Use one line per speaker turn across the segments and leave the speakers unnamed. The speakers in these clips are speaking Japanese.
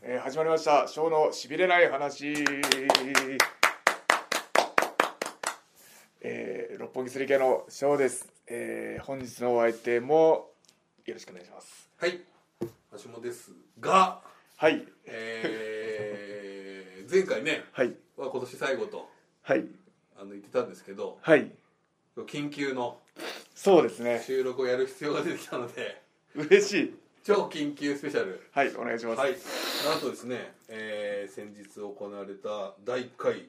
談社小のしびれない話。えー、六本木すり系の小です。えー、本日のお相手もよろしくお願いします。
はい橋本ですが、
はい
えー、前回ね
はい
は今年最後と
はい
あの言ってたんですけど
はい。
緊急の
そうですね。
収録をやる必要が出てきたので
嬉しい。
超緊急スペシャル
はいお願いします。
はいなんとですね、えー、先日行われた第1回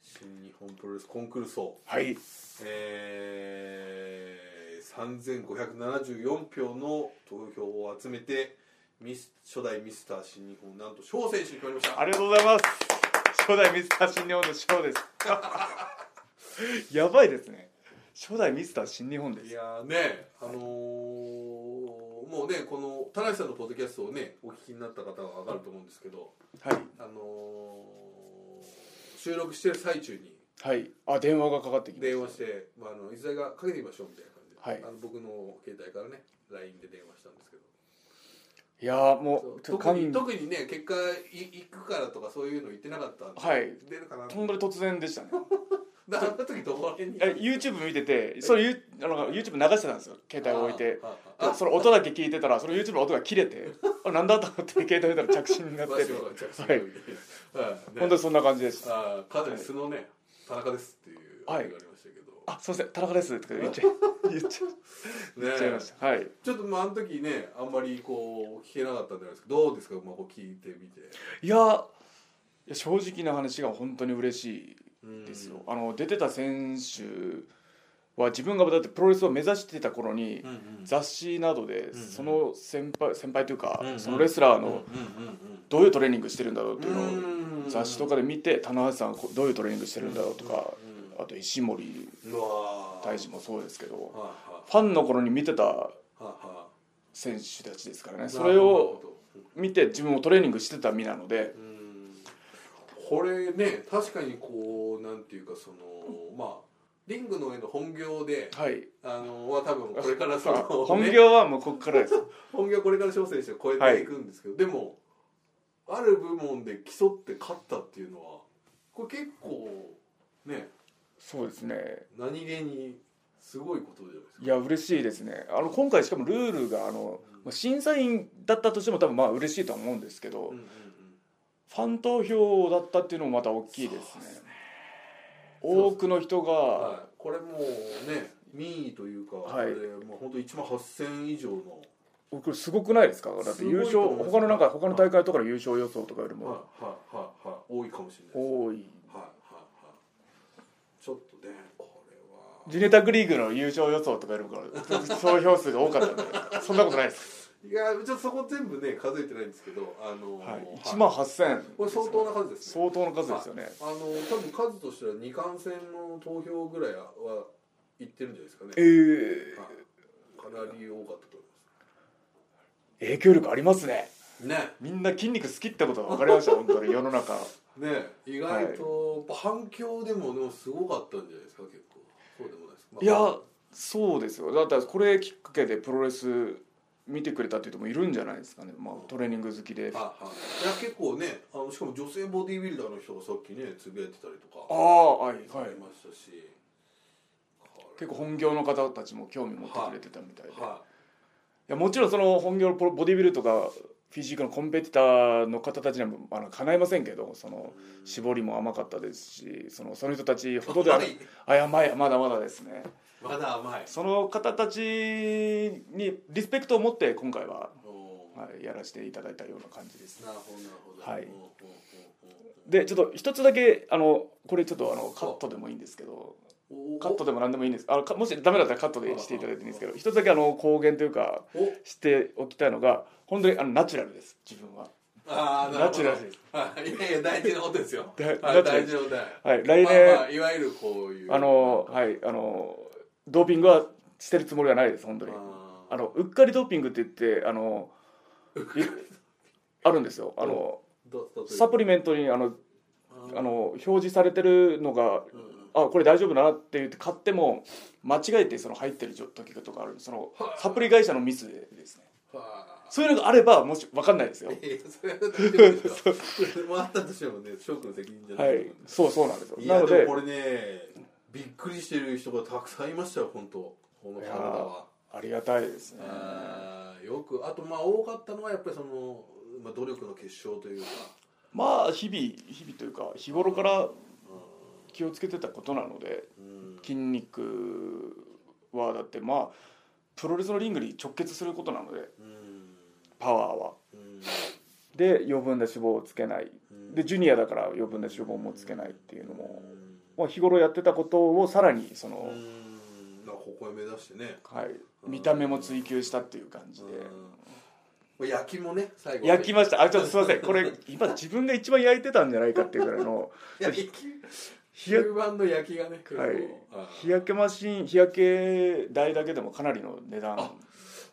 新日本プロレスコンクール総、
はい
えー、3574票の投票を集めてミス初代ミスター新日本なんと小選手に決まりました
ありがとうございます。初代ミスター新日本のショ ーです。やばいですね。初代ミスター新日本で
い
す。
やーねあのーもうねこの田中さんのポッドキャストをねお聞きになった方は分かると思うんですけど、
はい
あのー収録してる最中に
はい。あ電話がかかってきました。
電話して「まあ、あのいずれがかけてみましょう」みたいな感じで、
はい
あの僕の携帯からね LINE で電話したんですけど
いやー
そ
も
う
うちょっと
特に
感
特にね結果い行くからとかそういうの言ってなかったんで、
はい
出るかな
本当に突然で したね。
だからあの時どこら辺に
え YouTube 見ててそれ You- あの YouTube 流してたんですよ携帯を置いて
あーあーあ
でその音だけ聞いてたらその YouTube の音が切れて あなんだと思って携帯見たら着信になって
わし
る
は着信
はい
料理はいね
本当にそんな感じでした
あーかなり素のね、田中ですっていうあ
はい
れがありましたけど、
あすいません田中ですとか言っちゃい言っちゃ
ね
言っちゃいましたはい
ちょっとまああの時ねあんまりこう聞けなかったんじゃないですかどうですか、まあ、こう聞いてみて
いやーいや正直な話が本当に嬉し
うん
いですよあの出てた選手は自分がだってプロレスを目指してた頃に
うんうん
雑誌などで
ん
その先輩先輩というか
うんうん
そのレスラー
うんうん
のどういうトレーニングしてるんだろうっていう
うん
のを
うん
雑誌とかで見て棚橋さんはこうどういうトレーニングしてるんだろうとか
うん
あと石森
うわー
大臣もそうですけど
は
ファンの頃に見てた
あはあはあは
選手たちですから
あ
ねそれを見て自分もトレーニングしてた身なので
うんこれね確かにこうなんていうかそのまあリングの上の本業で
はい
あのは多分これからその、
あ
ね、
本業はもうここからです
本業これから小選手を超えていくんですけど、でもある部門で競って勝ったっていうのはこれ結構ね
そうですね
何気にすごいことじゃないですか
いや嬉しいですねあの今回しかもルールがあのまあ審査員だったとしても多分まあ嬉しいとは思うんですけど、
うんうんうん
ファン投票だったっていうのもまた大きいですね多くの人が
はい、これもうね民意というか、
はい
これもう本当1万8000以上の、
これすごくないですかだって優勝
すごいと思います
他のなんか他の大会とかの優勝予想とかより
はい
も
はいはいはい多いかもしれないです
多い
はいはいはいちょっとねこれは
ジュネタグリーグの優勝予想とかよりも総票数が多かったんでそんなことないです、
いやちょっとそこ全部ね数えてないんですけどあのー
はい、1万8000
これ相当な数ですね
相当の数ですよね
あの多分数としては二冠戦の投票ぐらいはいってるんじゃないですかね
えー
はいかなり多かったと思い
影響力ありますね
ますね
みんな筋肉好きってことが分かりました本当に世の中
ね意外と、反響でもでもすごかったんじゃないですか結構そうでもないですか、まあ
いやそうですよだってこれきっかけでプロレス見てくれたっていう人もいるんじゃないですかね、まあ、トレーニング好きであ
あはいいや結構ねあのしかも女性ボディービルダーの人がさっきねつぶやいてたりと
あ
か
はい
あ
はい
りましたし、こ
結
れ
構本業の方たちも興味持ってくれてたみたいで、い、
は
やもちろんその本業のプロボディビルとかフィジークのコンペティターの方たちにはあのかないませんけどその絞りも甘かったですしそのその人たちほどではないあいやまいまだまだですね
いまだ甘い
その方たちにリスペクトを持って今回は、
おー
はい、やらせていただいたような感じです
なるほどなるほど
はい
うんうんうんうん
でちょっと一つだけあのこれちょっとあのカットでもいいんですけど
お
カットでも何でもいいんですあのかもしダメだったらカットでしていただいていいんですけど一つだけあの公言というか
お
しておきたいのが本当にあのナチュラルです自分は、
ああ
ナチュラルです
いやいや大事なことですよ
だ
はい
ナチュラル
大
で
事なことだよ
はい、来
まあ
年
まあいわゆるこういう
あのはいあのドーピングはしてるつもりはないです本当にあ
あ
のうっかりドーピングって言ってあのいあるんですよあの
どどう
サプリメントにあの
あ
あの表示されてるのが
うんうん
あこれ大丈夫だなって言って買っても間違えてその入ってる時とかあるそのサプリ会社のミスですね
はあ
そういうのがあればもし分かんないですよ
いやそれは大丈夫ですよそれもあったとしてもね翔くんの責任じゃな
はいいそうそうなんですよ
い
な
や
の
で
で
もこれねびっくりしてる人がたくさんいましたよ本当この
い
カ
や
ナダは
ありがたいですね
あーよくあとまあ多かったのはやっぱりその、まあ、努力の結晶というか、
まあ日々日々というか日頃から
う
気をつけてたことなので
ん
筋肉はだってまあプロレスのリングに直結することなので
うん
パワーは
うん
で余分な脂肪をつけない
うん
でジュニアだから余分な脂肪もつけないっていうのも
う、ん
まあ、日頃やってたことをさらにその、
うんまあここへ目指してね、
はい、見た目も追求したっていう感じで
うんまあ、焼きもね最後
焼きましたあちょっとすいませんこれ今自分が一番焼いてたんじゃないかっていうぐらいの
焼き
日焼
終盤の焼きがね結構
はい
あー
日焼けマシン日焼け代だけでもかなりの値段
あ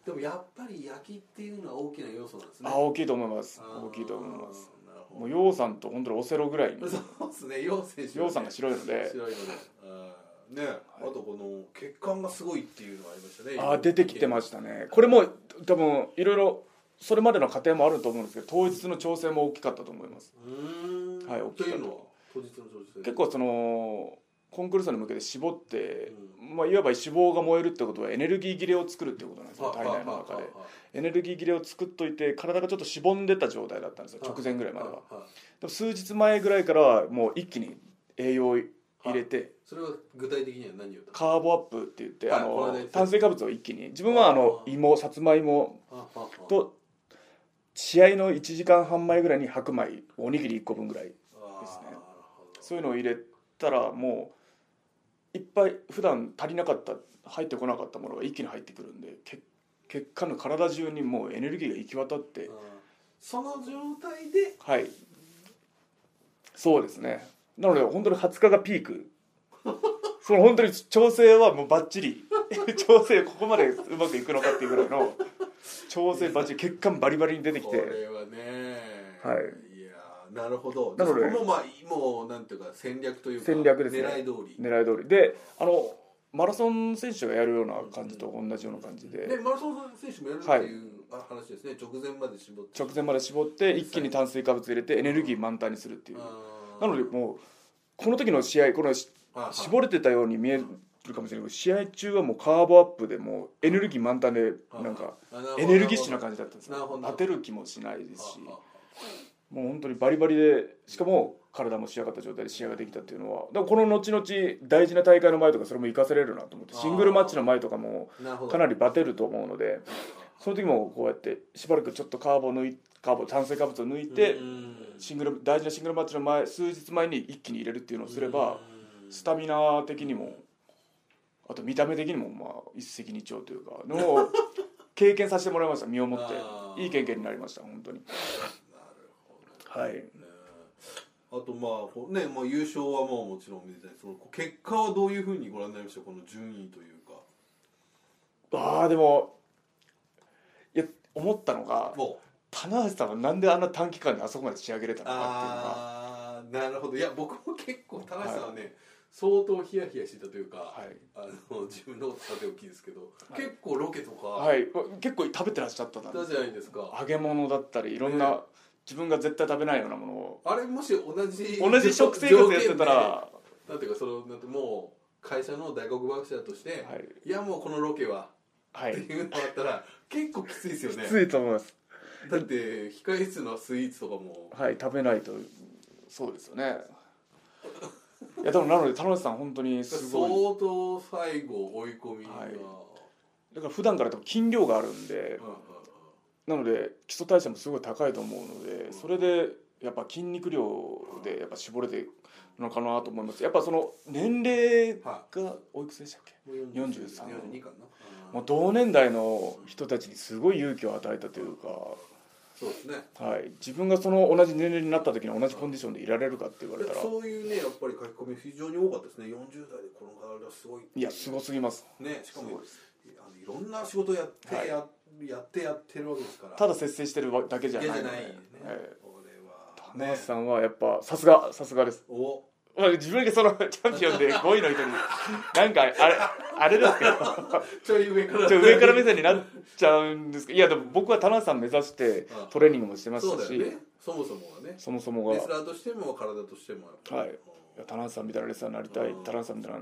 でもやっぱり焼きっていうのは大きな要素なんですね
あ大きいと思います
あー
大きいと思います
なるほ
も
ど
うヨウさんと本当にオセロぐらいに
そうですね陽選手
ヨウさんが白いので
白いのであーねあとこの血管がすごいっていうのがありましたね
あー出てきてましたねこれも多分いろいろそれまでの過程もあると思うんですけど当日の調整も大きかったと思います
うーん
はい大きか
と
った
いうのは当日の調整
結構そのコンクルールに向けて絞って、まあ、いわば脂肪が燃えるってことはエネルギー切れを作るってことなんですよ体内の中でエネルギー切れを作っといて体がちょっとしぼんでた状態だったんですよ直前ぐらいまでは
は
でも数日前ぐらいからはもう一気に栄養を入れて
それは具体的には何を言った
カーボアップって言ってあ
はいこれ
の
です
炭水化物を一気に自分はあの
あー
芋さつまいも
はあはあ
と試合の1時間半前ぐらいに白米おにぎり1個分ぐらい
あー
ですね
なるほど
そういうのを入れたらもういっぱい普段足りなかった入ってこなかったものが一気に入ってくるんでけ血管の体中にもうエネルギーが行き渡って
あーその状態で
はいそうですねなので本当に20日がピークその本当に調整はもうバッチリ 調整ここまでうまくいくのかっていうぐらいの調整バッチリ血管バリバリに出てき
こ
て
れはね
はい
いやーなるほど
なので
そこもまあもうなんていうか戦略というか
戦略ですね
狙い通り
狙い通りであのマラソン選手がやるような感じと同じような感じ
ね
で
マラソン選手もやるっていうあ話ですね、直前まで絞って
直前まで絞って一気に炭水化物入れてエネルギー満タンにするっていうなのでもうこの時の試合このし絞
る
れてたように見えるかもしれないけど試合中はもうカーボアップでもうエネルギー満タンでなんかエネルギッシュな感じだったんです
なるほ
よ
ど
当てる気もしないですし
は
もう本当にバリバリでしかも体も仕上がった状態で試合ができたっていうのはだからこの後々大事な大会の前とかそれも活かせれるなと思ってシングルマッチの前とかも
あなるほど
かなりバテると思うのでその時もこうやってしばらくちょっとカーボを抜いカーボ炭水化物を抜いて
うん
シングル大事なシングルマッチの前数日前に一気に入れるっていうのをすれば
うん
スタミナ的にもあと見た目的にもまあ一石二鳥というかのを 経験させてもらいました身をもっ
あー
ていい経験になりました本当に
なるほど
はい
ねあとまあこうねもう優勝はもうもちろんおめでたいその結果はどういうふうにご覧になりましたこの順位というか
ああでもいや思ったのが
もう
棚橋さんはなんであんな短期間であそこまで仕上げれたのか
ああなるほどいや僕も結構田中さんはね、相当ヒヤヒヤしてたというか、
っていう
あの 自分のことさておきですけど、結構ロケとか、
のがはい、はい、結構食べてらっしゃったんで
だじゃないですか
揚げ物だったりいろんな、
ね
自分が絶対食べないようなものを
あれもし同じ
同じ食生活やってたら、
条件
は
でなんていうかそのなんてもう会社の大黒柱として、
い
い、やもうこのロケは、
はい
っていうのあっ たら結構きついですよね
きついと思います
だって控え室のスイーツとかも
はい食べないとそうですよね いやでもなので田辺さん本当に
相
すごい
当最後追い込みが、
はい
うんうん
だから普段から多分筋量があるんでなので基礎代謝もすごい高いと思うのでそれでやっぱ筋肉量でやっぱ絞れてるのかなと思いますやっぱその年齢
は
がおいくつでしたっけ
うんうん、
43
42かなうん
もう同年代の人たちにすごい勇気を与えたというか
そうですね
はい、自分がその同じ年齢になった時に同じコンディションでいられるかって言われたら
そういうねやっぱり書き込み非常に多かったですね40代でこの体すごい
いやすごすぎます
ねしか
す
も
ごいです
あのいろんな仕事やって、
はい
ややってやってるわけですから
た
だ
だ節制してるわだけじゃない
じゃ
の
ない
で
ね、
ええ
これは
棚橋さんはやっぱさすがさすがです
お
まあ自分がそのチャンピオンで5位の人になん かあれあれですけど
ちょい上から
ちょ上から目線になっちゃうんですけどいやでも僕は田中さん目指してトレーニングもしてま
そ
し
う
た
だ
し、
よねそもそもはね
そもそもが
レスラーとしても体としてもやっぱり
はいいや田中さんみたいなレスラーになりたい
うん
田中さんみたいな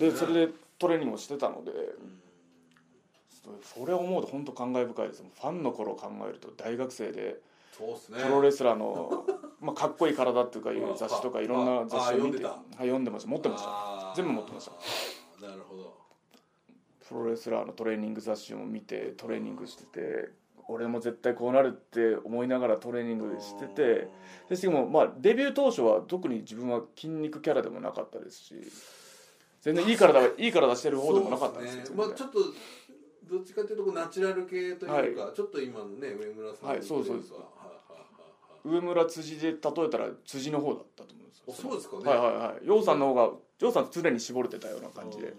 でそれでトレーニングをしてたので
うん
それを思うと本当感慨深いですファンの頃を考えると大学生で
そうっすね
プロレスラーの、まあ、かっこいい体とかいう雑誌とか
うん
いろんな雑誌を見て
ああ
はい、読んでました持ってました
あー
全部持ってました
なるほど
プロレスラーのトレーニング雑誌を見てトレーニングしてて俺も絶対こうなるって思いながらトレーニングしててでしかもまあデビュー当初は特に自分は筋肉キャラでもなかったですし全然いい体はいい体してる方でもなかったんです
そう
け
ね
ど、
まあちょっとどっちかというとこうナチュラル系というか、ちょっと今のね上村さんの
はいそうそう
といかはいはい
上村辻で例えたら辻の方だったと思うんですよ
あそうですかね
はいはいはい楊さんの方が楊さん常に絞れてたような
はいはい
感じでで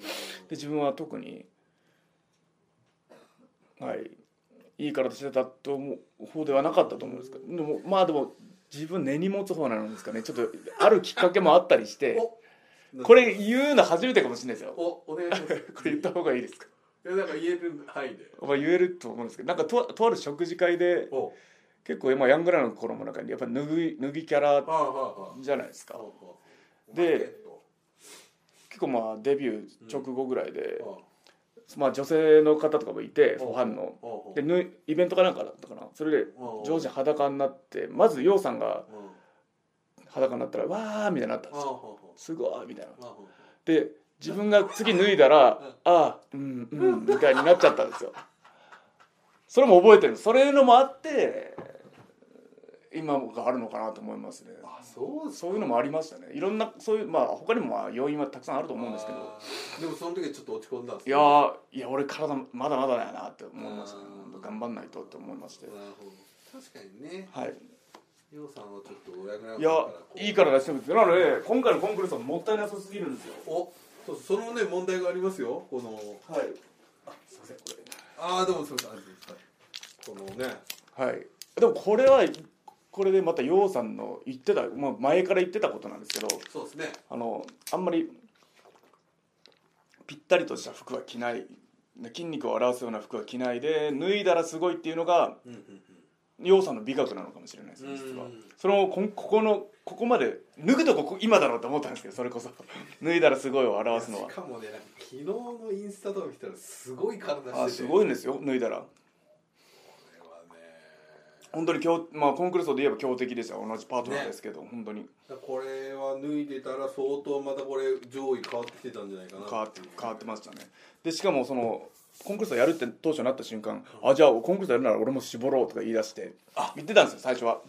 自分は特にはいいい体してたと思う方ではなかったと思うんですけどでもまあでも自分根に持つ方なんですかねちょっとあるきっかけもあったりして
お
これ言うの初めてかもしれないですよ こ
おお願いします
れ言った方がいいですか
いやなんか言える範囲で
まあ言えると思うんですけどなんかととある食事会で
お
結構今ヤングラの頃もなんかやっぱ脱ぎ脱ぎキャラ
はあはあは
じゃないです
あ
か
はあはあ
で
お前ねと
結構まあデビュー直後ぐらいで、
は
まあ女性の方とかもいて
あ
ファンの
はあはあ
でぬいイベントかなんかだったかなそれで
うん
常時裸になってまず楊さんが
うんは
裸になったらわーみたいになったん
あ
です
はあ
よ
は
すごいみたいな
あはあは
で自分が次脱いだら
うん
ああうんうんみたいになっちゃったんですよそれも覚えてるそれのもあって今があるのかなと思いますね
ああそうです
そういうのもありましたねいろんなそういうまあ他にもまあ要因はたくさんあると
と
思うんですけど
でもその時はちょっと落ち込んだんです
いや
ね
ーいや俺体まだまだだよなって思いましたね
うん
ほんと頑張んないとって思いまして
なるほど確かにね
はい
ようさんはちょっと親ぐらい
いやいいから出してるんですよなので今回のコンクールさんもったいなさすぎるんですよ
おそうそのね問題がありますよこの
はい
すいませんこれああどうもすいませんあすいませんこのね
はいでもこれはこれでまた楊さんの言ってた、まあ、前から言ってたことなんですけど
そうですね
あのあんまりぴったりとした服は着ない筋肉を表すような服は着ないで脱いだらすごいっていうのが
うんうん
楊さんの美学なのかもしれないですね実は
うん
そのこんここのここまで脱ぐとここ今だろうと思ったんですけどそれこそ脱いだらすごいを表すのは
しかもねなんか昨日のインスタとか見たらすごい体してて
あすご
い
いんですよ脱いだら
これはね
本当に強、まあ、コンクルール層で言えば強敵でした同じパートナーですけど、本当に
これは脱いでたら相当またこれ上位変わってきてたんじゃないかな
変わって変わってましたねでしかもそのコンクルール層やるって当初なった瞬間あじゃあコンクルール層やるなら俺も絞ろうとか言い出して言ってたんですよ最初は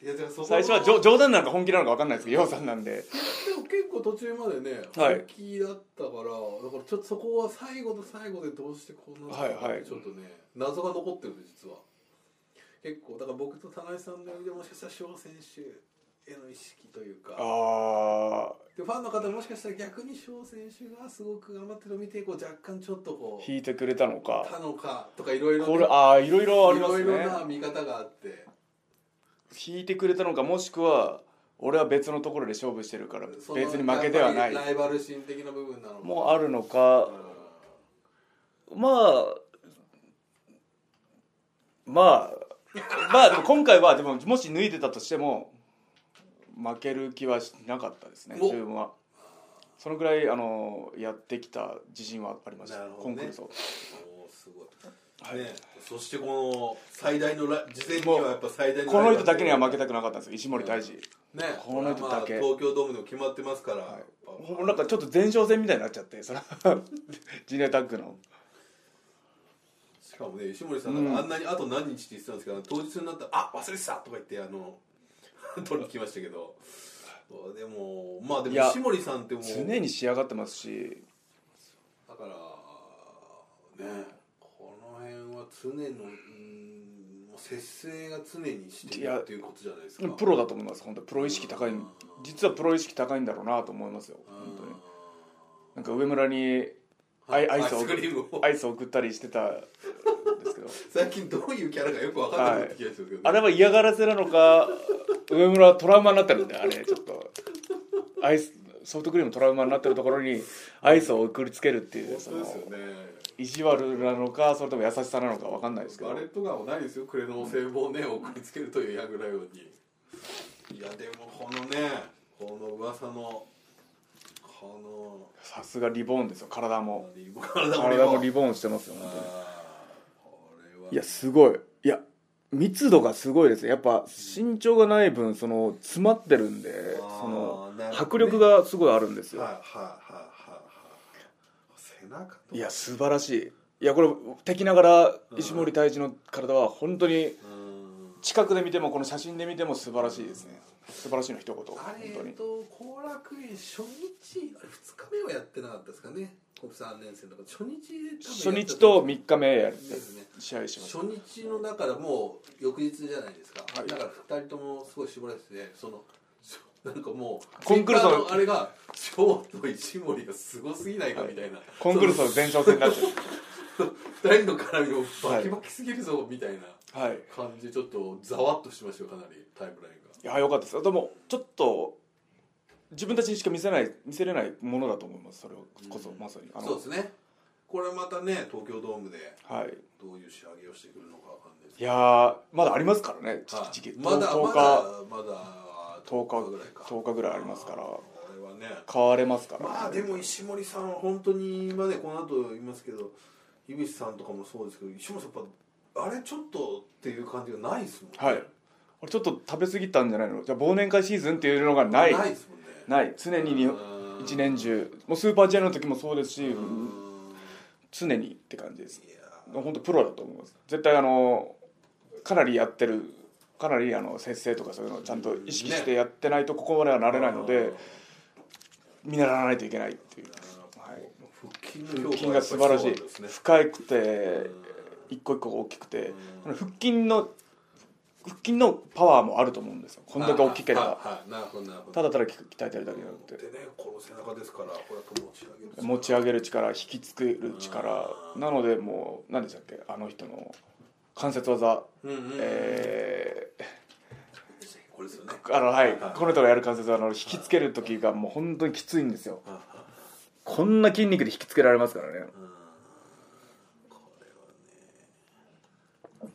い
やだからそこ
最初は冗冗談なのか本気なのか分かんないですけど洋さんなんで
でも結構途中までね
はい
本気だったから、だからちょっとそこは最後の最後でどうしてこうなったのか、
はいはい
ちょっとね謎が残ってる実は結構だから僕と田中さんの意味でもしかしたら翔選手への意識というか
ああ
でファンの方もしかしたら逆に翔選手がすごく頑張ってるのを見てこう若干ちょっとこう
引いてくれたの
他
か
のかとかいろいろ
これああいろいろあります
い
ね
ろいろな見方があって
引いてくれたのかもしくは俺は別のところで勝負してるから
その
別に負けではな
やっ
い
ぱりライバル心的な部分なのか
もあるのかまあまあまあでも今回はでももし脱いでたとしても負ける気はしなかったですね
お
自分はそのぐらいあのやってきた自信はありました、
なるほどね
コンクールと
おーすごい
はい
ね、そしてこの最大のラ事前にはやっぱ最大の
この人だけには負け
た
たくなかったんですよ石森大治、
ね
この人だけ
まあ東京ドームでも決まってますから、
もうなんかちょっと前哨戦みたいになっちゃってその ジュニアタッグの
しかもね石森さんなんかあんなにあと何日って言ってたんですけど、当日になったら「あ忘れてた!」とか言ってあの 取りに来ましたけどでもまあで
い
も
や
石森さんってもう
常に仕上がってますし
だからねこの辺は常のうんもう節制が常にして
い
る
や
っていうことじゃないですか
プロだと思います本当プロ意識高い実はプロ意識高いんだろうなと思いますよ本当になんか上村にアイアイスを
アイスクリームを
アイスを送ったりしてたんです けど
最近どういうキャラかよく分かんなくなってきたんですけど、ね
あれは嫌がらせなのか上村はトラウマになってるんであれちょっとアイスソフトクリームトラウマになってるところにアイスを送りつけるっていうそ
そう
の
ですよね
意地悪なのかそれとも優しさなのかわかんないですけど
バレットガンはないですよクレノン製法をね送りつけるというヤングライオンにいやでもこのねこの噂のこ
さすがリボーンですよ体も
のリボ体もリボ
体もリボーンしてますよ本当に
あーこれはい
やすごいいや密度がすごいですねやっぱ身長がない分その詰まってるんで
あー
その
なるほどね
迫力がすごいあるんですよ、
はいはいはいはいはい背中と
いや素晴らしいいやこれ敵ながら石森太一の体は本当に
うーん
近くで見てもこの写真で見ても素晴らしいですね素晴らしいの一言本
あれ
当
えっ
に
と後楽園初日あれ2日目はやってなかったですかね国3年生の初日
初日と
3
3日目やる
ですね
試合しました
初日のだからもう翌日じゃないですか、
はい
だから2人ともすごい絞られててその しょなんかもう
コンクルートの
Twitter あれが翔と石森がすごすぎないかみたいな、
コンクルートの前哨戦になって
2人の絡みもバキバキすぎるぞ、みたいな
る はい
感じでちょっとざわっとしましたよかなりタイムラインが
いや良かったですでもちょっと自分たちにしか見せない見せれないものだと思いますそれこそまさにあの
そうですねこれまたね東京ドームで
はい
どういう仕上げをしてくるのかわかんないです
いやーまだありますからね
はい
時期
まだ
10
まだ
日
まだ
10日
ぐらいか
10日ぐらいありますから
これはね
買われますから
まあでも石森さんは本当に今ねこの後言いますけど井口さんとかもそうですけど石森さんやっぱあれちょっとっていう感じがないですもんね
はい俺ちょっと食べ過ぎたんじゃないのじゃあ忘年会シーズンっていうのがない
ないですもんね
ない常にに
うん
一年中もうスーパー J の時もそうですし
うん
常にって感じです
いや
本当プロだと思います絶対あのかなりやってるかなりあの節制とかそういうのをちゃんと意識してやってないとここまではなれないので、見習わないといけないっていう、はい、
腹筋の強化はや
腹筋が
っぱり
素晴らし
そう
い
なんですね
深くて一個一個が大きくてその腹筋の腹筋のパワーもあると思うんですよこんだけ大きけれ
はい
ば
はいなるほどなるほど
ただただ鍛えてるだけじゃなくて
でねこの背中ですからこれは持ち上げる力
持ち上げる力引きつける力なのでもう何でしたっけあの人の関節技、
うんうん、
え
これですよね
ーあのはい、
はい
この人がやる関節技の引きつける時がもう本当にきついんですよ
はいは
こんな筋肉で引きつけられますからね
これはね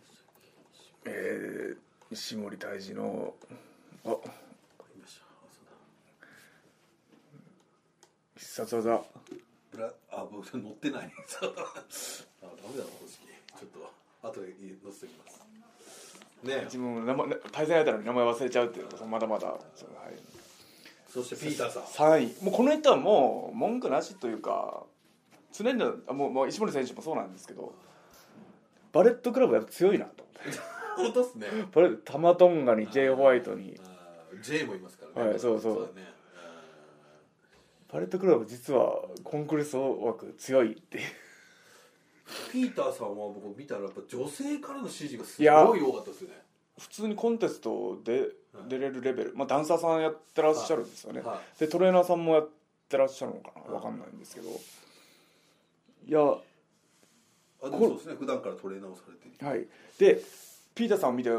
えー、石森大治のあ
ありましたあ
必殺
そうだ
技
ブラあ僕乗ってない そうだあダメだな公式ちょっと後で乗せておきますね
自分の名前対戦相手の名前忘れちゃうっていうとまだまだそのはい
そしてピーターさん
3位もうこの人はもう文句なしというか常にあもうもう石森選手もそうなんですけどバレットクラブやっぱ強いなと思って
本当っすね
バレットタマトンガに J ・ホワイトに
あー J もいますからね、
はいそうそう
だね
バレットクラブ実はコンクルート枠強いっていう
うんピーターさんは僕見たらやっぱ女性からの支持がす
いや
ごい多かったですよね
普通にコンテストで
はい
出れるレベル、まあ、ダンサーさんやってらっしゃるんですよね、
は
でトレーナーさんもやってらっしゃるのかなわかんないんですけどいやはい
あでもそうですね普段からトレーナーをされている
いでピーターさんを見て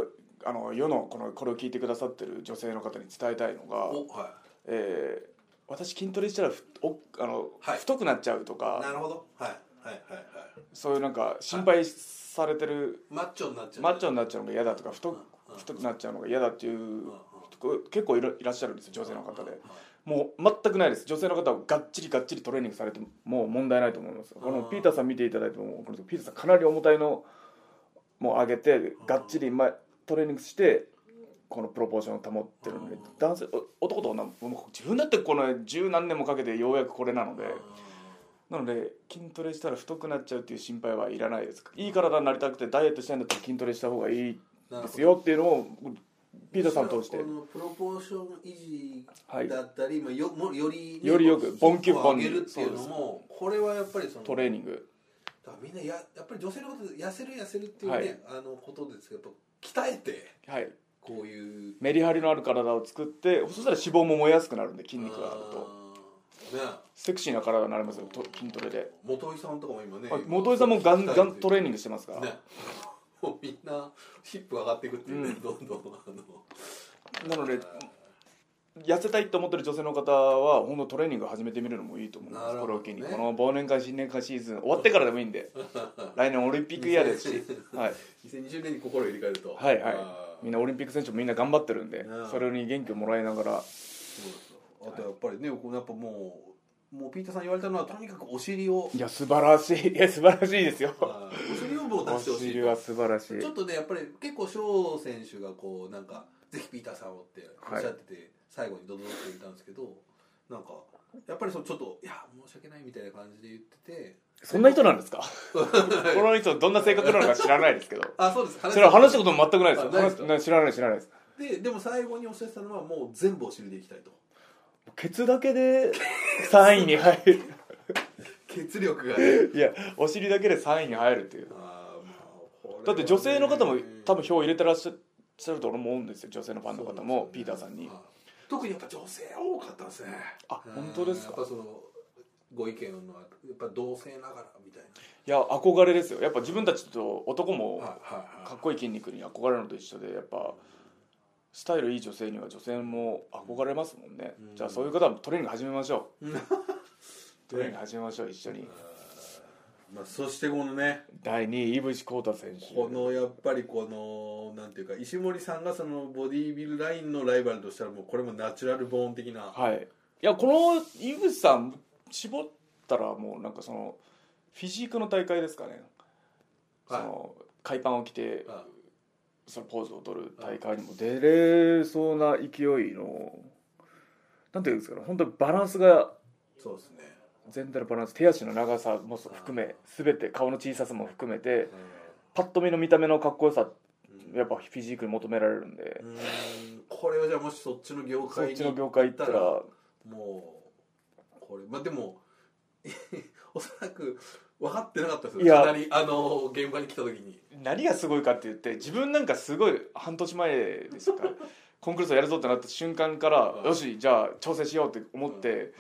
あの世のこのこれを聞いてくださってる女性の方に伝えたいのが、
おはい
えー私筋トレしたらふおあの、
はい
太くなっちゃうと
な
か
るほどはいはいはいはい
そういうなんか心配されてる、
マッチョになっちゃう
マッチョ
に
になっちゃうのが嫌だとか太,、
うん
太くなっちゃうのが嫌だっていう
うん
結構いらいらっしゃるんですよ女性の方でもう全くないです女性の方はがっちりがっちりトレーニングされてもう問題ないと思いますこの
あー
ピーターさん見ていただいてもこの人ピーターさんかなり重たいのもう上げてがっちり前トレーニングしてこのプロポーションを保ってるので
あー
男性お男と女ももう自分だってこの十何年もかけてようやくこれなのでなので筋トレしたら太くなっちゃうっていう心配はいらないですいい体になりたくてダイエットしたいんだったら筋トレした方がいいですよっていうのをピーターさん通して
このプロポーション維持
はい
だったり、まあ、よもよりね
よりよくボンキュッボンに
上げるっていうのもこれはやっぱりその
トレーニング
だからみんなややっぱり女性のことで痩せる痩せるっていうね、あのことですけどやっぱ鍛えて
はい
こういう
メリハリのある体を作ってそしたら脂肪も燃えやすくなるんで筋肉があると
あーね
セクシーな体になりますよと筋トレで
元井さんとかも今ね
あ元井さんもガンガントレ
ー
ーニングしてますから、
ねもうみんなヒップ上がっていくっていうね、どんどんあ
な
の
ので痩せたいと思ってる女性の方は本当トレーニング始めてみるのもいいと思いま
な
す、
るほ
これ
どね
を機にこの忘年会新年会シーズン終わってからでもいいん で来年オリンピックイヤーですし、はい、
2020年に心を入れ替えると
はいはい
あー
みんなオリンピック選手もみんな頑張ってるんで
うん
それに元気をもらいながら
そうそうあとやっぱりねこうやっぱもうもうピーターさん言われたのはとにかくお尻を
いや素晴らしいいや素晴らしいです よ
あーお尻をもう出
お
してほしい
尻
と
は素晴らしい
ちょっとねやっぱり結構翔選手がこうなんかぜひピーターさんをっておっしゃってて、最後にドドドって言ったんですけどなんかやっぱりそのちょっといや申し訳ないみたいな感じで言ってて
そんな人なんです かこの人どんな性格なのか知らないですけど
あそうです
それは話したことも全くないですよ
あないですか
話知らない知らないです
ででも最後におっしゃってたのはもう全部お尻でいきたいと
ケツだけで3位に入 る
血力がね
いやお尻だけで3位に入るっていう
あーまあこれはね
だって女性の方も多分
そ
票を入れてらっしゃると俺も思うんですよ女性のフ
う
ァ
な
ンの
んですよね
方もピーターさんに
あ特にやっぱ女性多かったですね
あ
うん
本当ですか
やっぱそのご意見のやっぱ同性ながらみたい
いや憧れですよやっぱ自分たちと男
な
も
はいはい
か
は
っこいい筋肉に憧れるのと一緒でやっぱスタイルいい女性には女性も憧れますもんね、
うん
じゃあそういう方はトレーニング始めましょう、
うん
トレーニング始めましょう一緒に
いまあ、そしてこのね
第2位井渕浩太選手
このやっぱりこのなんていうか石森さんがそのボディービルラインのライバルとしたらもうこれもナチュラルボーン的な
はいいやこの井渕さん絞ったらもうなんかそのフィジークの大会ですかね、
はい
その海パンを着て
あ
そのポーズを取る大会にも出れそうな勢いのなんていうんですかね本当にバランスが
そうですね
全体のバランス手足の長さも含め全て顔の小ささも含めてパッと見の見た目のかっこよさやっぱフィジークに求められるんで
う、んこれはじゃあもしそっちの業
そっ
界に
ちの業界行ったら
もうこれまあでも おそらく分かってなかったです
い
よ
や
かなりあの現場に来た時に
何がすごいかって言って自分なんかすごい半年前です かコンクールスをやるぞってなった瞬間から、
うん
よしじゃあ挑戦しようって思って、
うん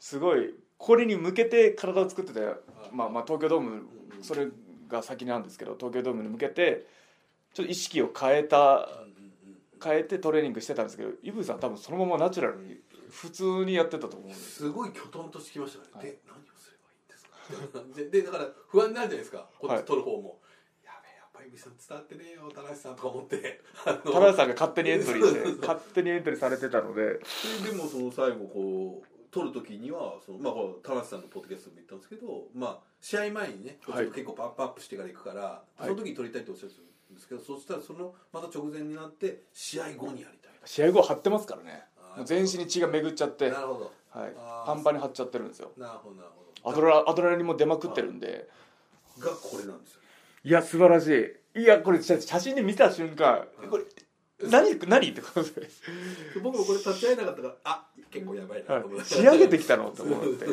すごいこれに向けて体を作ってた、
ん
まあ、まあ東京ドーム
うん
それが先なんですけど東京ドームに向けてちょっと意識を変えた
うんうん
変えてトレーニングしてたんですけどイブさん多分そのままナチュラルに普通にやってたと思うんで
うん
す
すごいきょとんとしてきましたね、
はい
で何をすればいいんですかって感じででだから不安になるじゃないですかこっ
は
ち
い
取る方も、やべえやっぱりみさん伝わってねえよ田中さんとか思って
田辺さんが勝手にエントリーし
そうそうそう
て勝手にエントリーされてたので
ででもその最後こう撮る時にはその、まあ、これ田無さんのポッドキャストでも言ったんですけど、まあ、試合前にね、
はい
結構パンプアップしてから行くから、
い
その時に撮りたいとおっしゃってたんですけどそしたらそのまた直前になって試合後にやりたい
試合後張ってますからね
あー
もう全身に血が巡っちゃって
なるほど
はい、
あー
パンパンに張っちゃってるんですよ
なるほどなるほ
ア
ど
ドラアドレナリンも出まくってるんで
がこれなんですよ
いや素晴らしいいやこれ写写真で見た瞬間えこれ何何ってことで、
で僕もこれ立ち会えなかったからあ結構やばいなと思っ
はい、
て、
仕上げてきたのって思ってい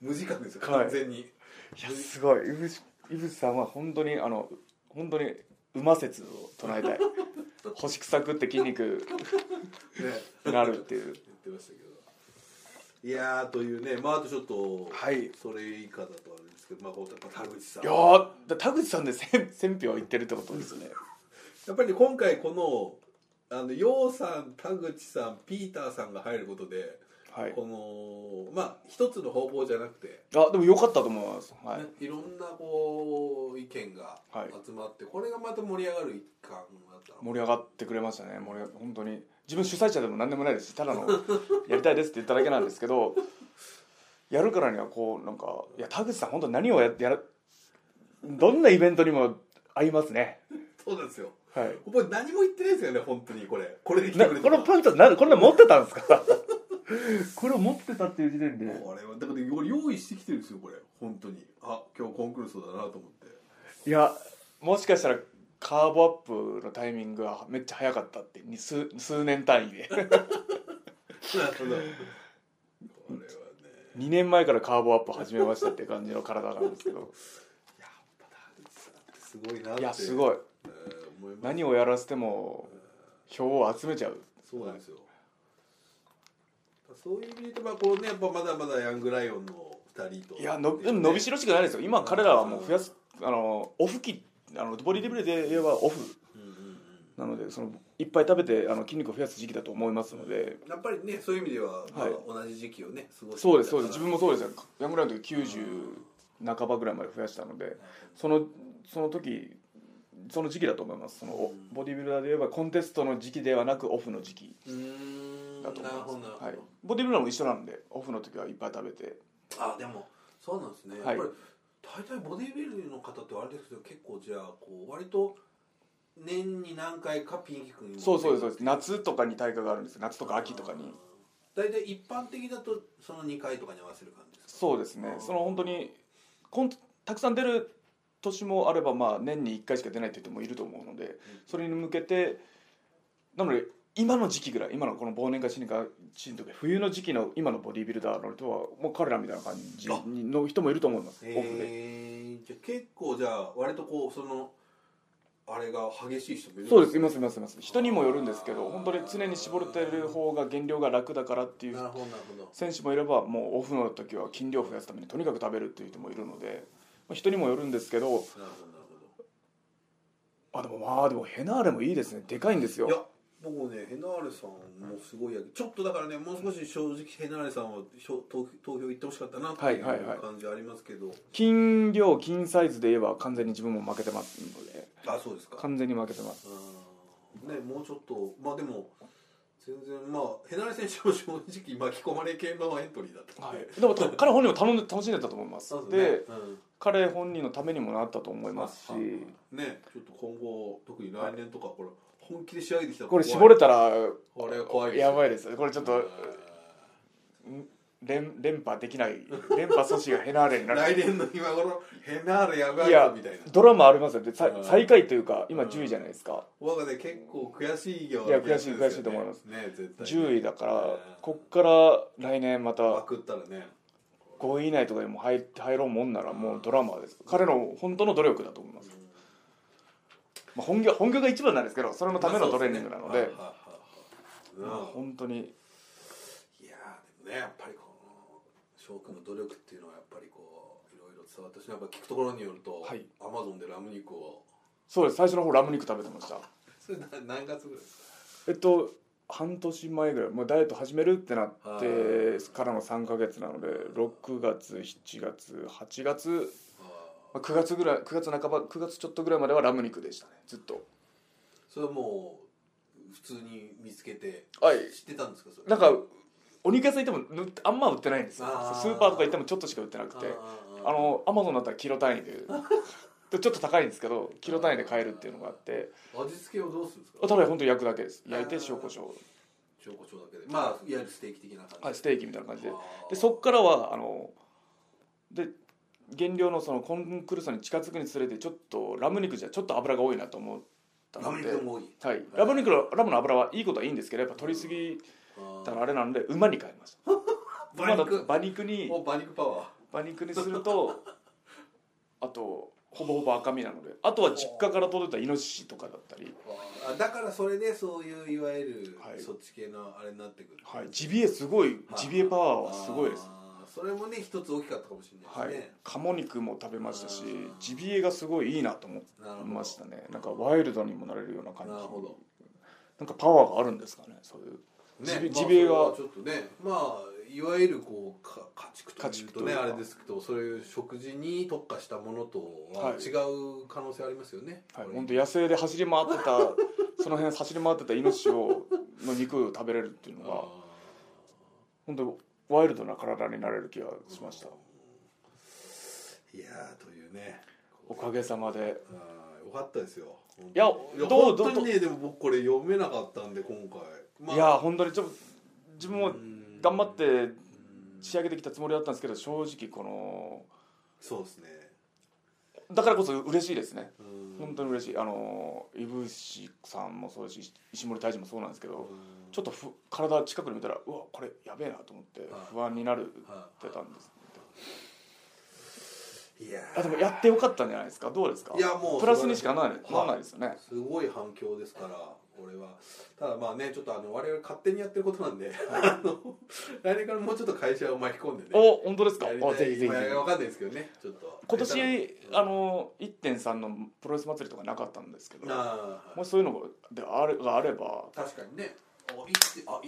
無自覚ですよ
はい
完全に、
やすごい井口井口さんは本当にあの本当に馬説を唱え たい干し臭くって筋肉
ね
になるっていう
言ってましたけどいやーというねまああとちょっと、
はいい
それ以下だとあれですけどまあこうやっぱ田口さん
やーだ田口さんで1000 1000票いってるってことですね
やっぱりね今回このあの楊さん田口さんピーターさんが入ることで、
はい
このまあ一つの方向じゃなくて、
あでも良かったと思いますはい
ね、いろんなこう意見が
はい
集まって、これがまた盛り上がる一環だったの
盛り上がってくれましたね盛り上が本当に自分主催者でも何でもないですしただのやりたいですって言っただけなんですけどやるからにはこうなんかいや田口さん本当何をややらどんなイベントにも合いますね
そうなんですよ
はい
これ何も言ってないですよね本当にこれこれで来て
な
くれ
こ
た
のパンツなんこんな持ってたんですか これを持ってたっていう時点で
これはだからこれ用意してきてるんですよこれ本当にあ今日コンクルーソーだなと 思って
いやもしかしたらカーブアップのタイミングがめっちゃ早かったってに数数年単位で
なるほどこれはね
2年前からカーブアップ始めましたって感じの体なんですけど
やっぱ田口さんってすごいなって
い
い
やすごい
えー思います
何をやらせても票を集めちゃう
そうなんですよそういう意味で言うとまあこうねやっぱまだまだヤングライオンの2人と
いやのでも伸びしろしかないですよ今彼らはもう増やすあのオフ期あのボディデビルで言えばオフ
うんうんうん
なのでそのいっぱい食べてあの筋肉を増やす時期だと思いますので
やっぱりねそういう意味では、まあ
はい
同じ時期をね過ごして
そうですそうです自
分
分もそうですよヤングライオンの時90半ばぐらいまで増やしたのでそのその時その時期だと思いますそのお
うん
ボディビルダーで言えばコンテストの時期ではなくオフの時期
うーんな
だと
る
思いま
ほ
す
どなるほど、
はい、ボディビルダーも一緒なんでオフの時はいっぱい食べて
あでもそうなんですね、
はい
やっぱり大体ボディビルの方ってあれですけど結構じゃあこう割と年に何回かピンキ君に
そうそうですそうです夏とかに大会があるんです夏とか秋とかに
大体一般的だとその2回とかに合わせる感じですか
そうですねその本当にコンたくさん出る年もあれば、まあ、年に1回しか出ないという人もいると思うのでそれに向けてなので今の時期ぐらい今のこの忘年会新年会チームとか冬の時期の今のボディービルダーの人はもう彼らみたいな感じの人もいると思いますオフで
えー、じゃあ結構じゃあ割とこうそのあれが激しい人もいるん
そうですいますいますいます人にもよるんですけど本当に常に絞れてる方が減量が楽だからっていう
なるほどなるほど
選手もいればもうオフの時は筋量を増やすためにとにかく食べるっていう人もいるのでまあ人にもよるんですけど
なるほどなるほ
あでもまあでもヘナーレもいいですねでかいんです
どいや
よ
僕もねヘナーレさんもすごいやけどちょっとだからねもう少し正直ヘナーレさんはひょ投投票行ってほしかったなって
はいいうはいはい
感じはありますけど、
筋量筋サイズで言えば完全に自分も負けてますので
あそうですか
完全に負けてます
うんねもうちょっとまあでも全然まあヘナーレ選手も正直巻き込まれ系のエントリーだったんで、
でも彼本人も頼んで楽しんでたと思います
そう
で,、
ですねうん
彼本人のためにもなったと思いますし
ねちょっと今後特に来年とかこれ本気で仕上げてきたら
こ
怖い
れ絞れたら
これは怖いですよ
やばいですこれちょっと連連覇できない 連覇阻止がヘナーレになる
来年の今頃ヘナーレやばい
い
よ
や
みたいな
ドラマありますよでさ
うん
最下位というか今
うん
10位じゃないですか
我がで結構悔しいよ
いや悔しい悔しいと思います
ね絶対
10位だから
うん
こっから来年ま
ま
た
くったらね
5位以内とかにも入って入ろうもんならもうドラマです彼の本当の努力だと思います、まあ、本業本業が一番なんですけどそれのためのトレーニングなので
まあそうです
ま
ね
あ
はいはいはいうん
本当に
いやーでもねやっぱりこの翔くんの努力っていうのはやっぱりこういろいろ伝わったしやっぱ聞くところによると、
はい
アマゾンでラム肉を
そうです最初の方ラム肉食べてました
それな何月ぐらいですか
えっと半年前ぐらいもうダイエット始めるってなっ
はい
てからの3ヶ月なので6月7月8月
あー
まあ9月ぐらい9月半ば9月ちょっとぐらいまではラム肉でしたねずっと
それはもう普通に見つけて
はい
知ってたんですかそれ
なんかお肉屋さん行っても塗ってあんま売ってないんですよ
あー
スーパーとか行ってもちょっとしか売ってなくてあのアマゾンだったらキロ単位 ででちょっと高いんですけどキロ単位で買えるっていうのがあって
味付けをどうするんです
あ
か
ただ本当に焼くだけです焼いて
あー
塩コショウ
塩コショウだけでまあいわゆるステーキ的な感じ
はいステーキみたいな感じで
あー
でそっからはあので原料のそのコンクルソに近づくにつれてちょっとラム肉じゃちょっと脂が多いなと思った
ラ
の
ム
で
肉も多い
はい、ラム肉のラムの脂はいいことはいいんですけどやっぱ取りすぎ
あ
た
ー
らあれなので馬に変えました
馬
馬だ
肉
馬肉に
お馬肉パワー
馬肉にする とあとほぼほぼ赤身なのであとは実家から届いたイノシシとかだったり、
あだからそれでそういういわゆる
はい
そっち系のあれになってくる、
はい、ジビエすごいジビエパワーはすごいです
あーそれもね一つ大きかったかもしれ
は
ない
い
ですね、、
鴨肉も食べましたし
うん
ジビエがすごいいいなと思い
なるほど
ましたねなんかワイルドにもなれるような感じ
なるほど
なんかパワーがあるんですかねそういうジビジビエが
まあ、それはちょっとねまあいわゆるこうか家畜と
家
いう
畜
と
と
ね
いうか
あれですけどそういう食事に特化したものと
は
は
い
違う可能性ありますよね、
はい
こ、れ
本当野生で走り回って たその辺走り回ってたイノシシをの肉を食べれるっていうのが
あ
本当ワイルドな体になれる気がしました
ーいやーというね
おかげさまで
あーよかったですよ本
いや
当にいや
どう
本当にねでも僕これ読めなかったんで今回、まあ
いや本当にちょっと自分も
うん
頑張って仕上げてきたつもりだったんですけど正直この
そうですね
だからこそ嬉しいですね
うん
本当に嬉しいあのいぶしさんもそうだし石森大臣もそうなんですけど
うん
ちょっとふ体近くで見たらうわこれやべえなと思って
はい
不安になる
は
ってたんです
いいやー
あでもやってよかったんじゃないですかどうですか
いやもう
プラスにしかならない
はい
ならないですよね
すごい反響ですからこれはただまあねちょっとあの我々勝手にやってることなんで、あの来年からもうちょっと会社を巻き込んでね
お本当ですか
やり
あ
た
ぜ
い
ひぜひ
まあわかんないですけどねちょっと
今年あの1.3のプロレス祭りとかなかったんですけど
ああ
もしそういうのであれがあれば
確かにねお1.3あ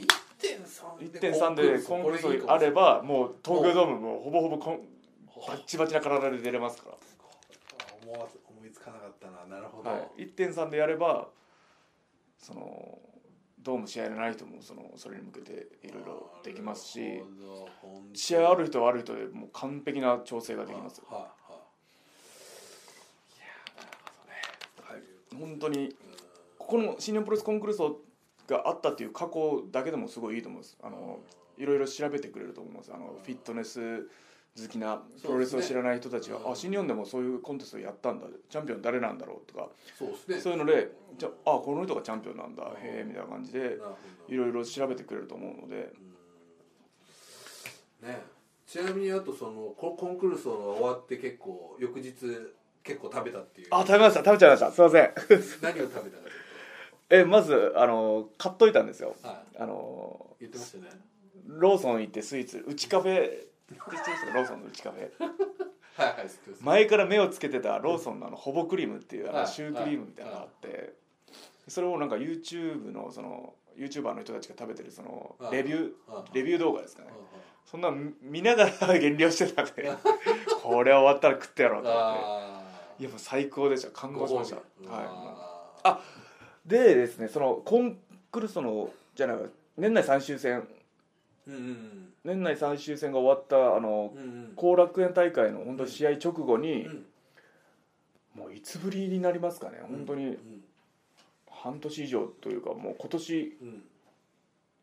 1.3でコンクールあれ
ば
ばもう東京ドームもほぼほぼこんバッチバチな体で出れますか
思わず思いつかなかったななるほど、
ら、はい、1.3でやればそのドーム試合のない人もそのそれに向けていろいろできます
な
し
るほど本当に
試合ある人はある人でもう完璧な調整ができます
はいはいはいいやーなるほどねはい
本当にここの新日本プロレスコンクルーソがあったっていう過去だけでもすごいいいと思うんですあのいろいろ調べてくれると思うんですあのフィットネス好きなプロレスを知らない人たちが、
そうですねうん
あ新日本でもそういうコンテストやったんだチャンピオン誰なんだろうとか
そうですね
そういうのでじゃあこの人がチャンピオンなんだへえみたいな感じで
なるほ
い
ど
ろいろ調べてくれると思うので
ねちなみにあとそのココンクルールソーが終わって結構翌日結構食べたっていう
あ食べました食べちゃいましたすいません
何を食べたかという
えまずあの買っといたんですよ
とはい
あの
言ってましたね
ローソン行ってスイーツうちカフェって言ってましたローソンのうちカフェ
はいはい知ってます
前から目をつけてたローソンのあのほぼクリームっていうあ
は
の
い
シュークリームみたいなのがあってそれをなんか YouTube のその YouTuber の人たちが食べてるその
はい
レビュー
はい
レビュー動画ですかね
うんうん
そんなの見ながら減量してたん でこれ終わったら食ってやろうと思って
あー
いやもう最高でした感動しました
ご褒美
は
あー
あいでですねそのコンクルソのじゃない年内最終戦
うんうん
年内最終戦が終わったあの
うんうん
後楽園大会の本当試合直後に、
うん
もういつぶりになりますかね、本当に
うん
半年以上というか、もう今年
うん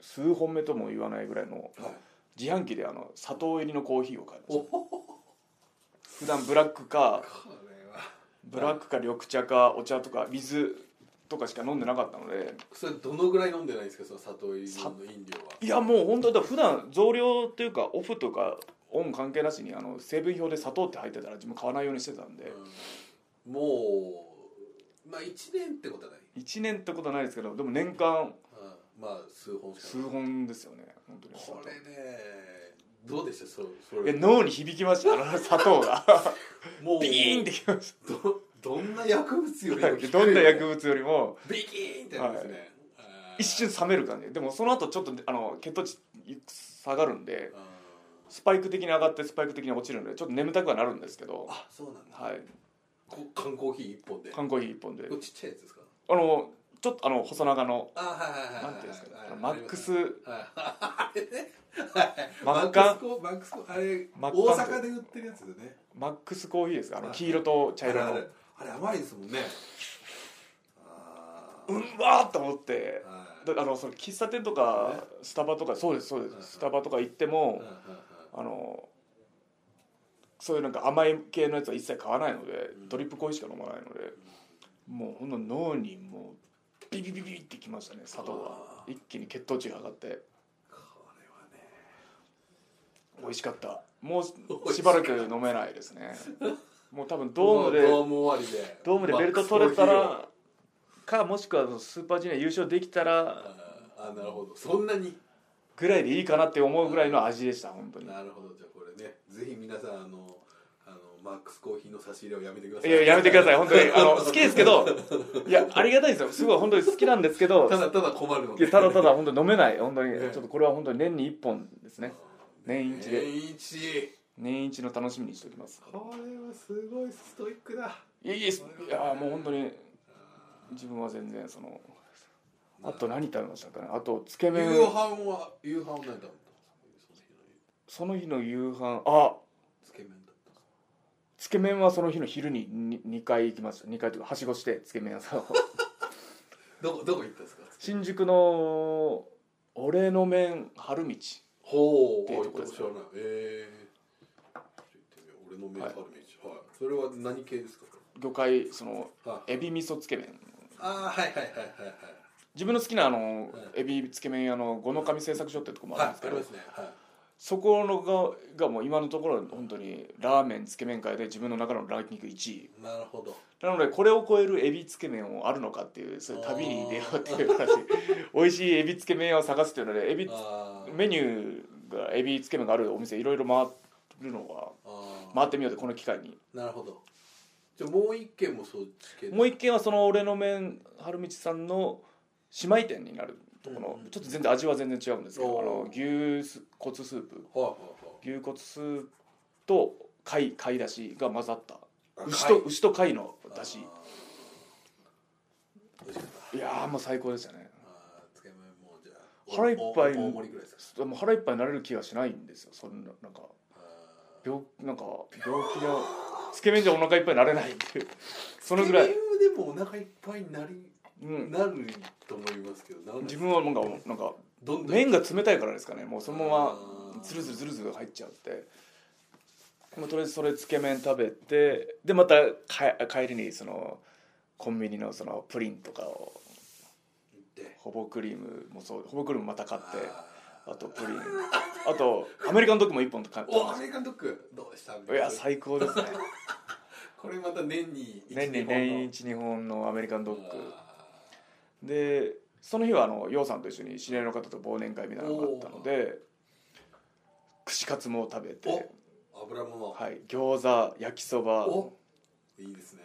数本目とも言わないぐらいの、
はい
自販機であの砂糖入りのコーヒーを買いま
お
した。普段ブラックか、
これは
ブラックか緑茶か、お茶とか、水とかしか飲んでなかったので、
それどのぐらい飲んでないんですかその砂糖入りの飲料はい
や、もう本当に、だから普段増量というか、オフとか、オン関係なしにあの成分表で砂糖って入ってたら自分買わないようにしてたんで、
うんもうまあ一年ってことはない
1年ってことはないですけどでも年間
うんまあ数本しか
数
ない
本ですよね本当に砂
こ
糖
れねどうでしたそそ
いや
れ
脳に響きましたあの砂糖が
もう
ビーンってきまし
どどんな薬物より
た
も効くよ
どんな薬物よりも
ビキーンってなるんですね、あー
一瞬冷める感じでもその後ちょっとあの血糖値下がるんで
あー
スパイク的に上がってスパイク的に落ちるんでちょっと眠たくはなるんですけど
あそうなんだ
はい
こ缶コーヒー一本でこ
缶コーヒー一本で
れちっちゃいやつですか
あのちょっとあの細長の
あーはいはい
な
はい
ん
は
ていうんです
い
か
はい
あのマックス
はいあれねはい
真っ
マッ
赤
クスコマックスコあれ
真
大
っ赤
阪で売ってるやつだね
マックスコーヒーですかあの黄色と茶色
あ
の
れあれあれ甘いですもんねあ
うんわーっと思って
ーはい
だあのその喫茶店とかスタバとかそうですそうですスタバとか行っても、
うんうんうん
あのそういうなんか甘い系のやつは一切買わないので、ドリップコーヒーしか飲まないのでもうほんの脳にもうビビビビってきましたね砂糖が
あ
一気に血糖値が上がって
これはね
美味しかったも
美
う
味し
し
か
ば
った
らく飲めないです ねもう多分ドームで
ドーム終わりで
ドームでベルト取れたらかもしくはあのスーパージュニア優勝できた
あ
ら
ーあなるほどそんなに
ぐらいでいいかなって思うぐらいの味でした本当に
なるほどじゃあこれねぜひ皆さんあのあのマックスコーヒーの差し入れをやめてくださ
い
い
ややめてください本当にあ の好きですけどいやありがたいですよすごい本当に好きなんですけ ど
ただただ困るの
いや
で
ただただ本当に飲めない本当にち
ね
ょっとこれは本当に年に1本ですね年一で
年一
年一の楽しみにしておきます
これはすごいストイックだ
いやいやすいやもう本当に自分は全然そのあと何食べましたかねあとつけ
夕
麺
飯は夕飯は何だったんですか
その日の夕飯あ
つけ麺だったんですか
つけ麺はその日の昼にに2回行きました2回というかはしごしてつけ 麺屋さんを
どこどこ行ったんですか
新宿の俺の麺春道
ほ
っ
う
ていう
行
と
っ
こで
たこ
す
知らないええ俺の名ある道はいそれは何系ですか
魚介その
あ
エビ味噌つけ麺
あーはいはいはいはいはい
自分の好きなあの
はい
エビつけ麺屋の五の神製作所ってとこもあるんで
は
す
いあ
け
り
ど
ますねはい
そこのががもう今のところ本当にラーメンつけ麺界で自分の中のランキング1位
なるほど
なのでこれを超えるエビつけ麺もあるのかっていうそういう旅に出ようっていう話美味しいエビつけ麺を探すっていうのでエビつ
あー
メニューがエビつけ麺があるお店いろいろ回るのが
あー
回ってみようってこの機会に
なるほどじゃあもう一軒もそっち系
もう一軒はその俺の麺春道さんの姉妹店になるとこの、
うん
ちょっと全然味は全然違うんですけどあ
お
の牛す骨スープ
はいはい
牛骨スープと貝貝だしが混ざった
はい
牛と牛と貝の
あ
だし
ー美味しかった
いやーもう最高でしたね
あーつけ麺もうじゃあ
腹いっぱい
大盛りぐらいですか
でも腹いっぱいになれる気がしないんですよそんななんか
あー
病なんか病気のつけ麺じゃお腹いっぱいになれないっていうそのぐら
つ
い、
け麺でもお腹いっぱいになり
うん、
なると思いますけどなん
自分はなんかなんか
どんどん
麺が冷たいからですかねもうそのまま
あー
ズルズルズルズル入っちゃってもうとりあえずそれつけ麺食べてでまたか帰りにそのコンビニのそのプリンとかを
行って
ほぼクリームもそうほぼクリームまた買って
あー
あとプリンあとアメリカンドッグも1本買っ
おア
た
メリカンドッグどうでした
いや最高ですね
これまた年に一
年に年12本のアメリカンドッ
本
グ
の
でその日はあの楊さんと一緒に知り合いの方と忘年会みたいなのがあったので串カツも食べて
あー油物
はい、餃子焼きそば
おいいですね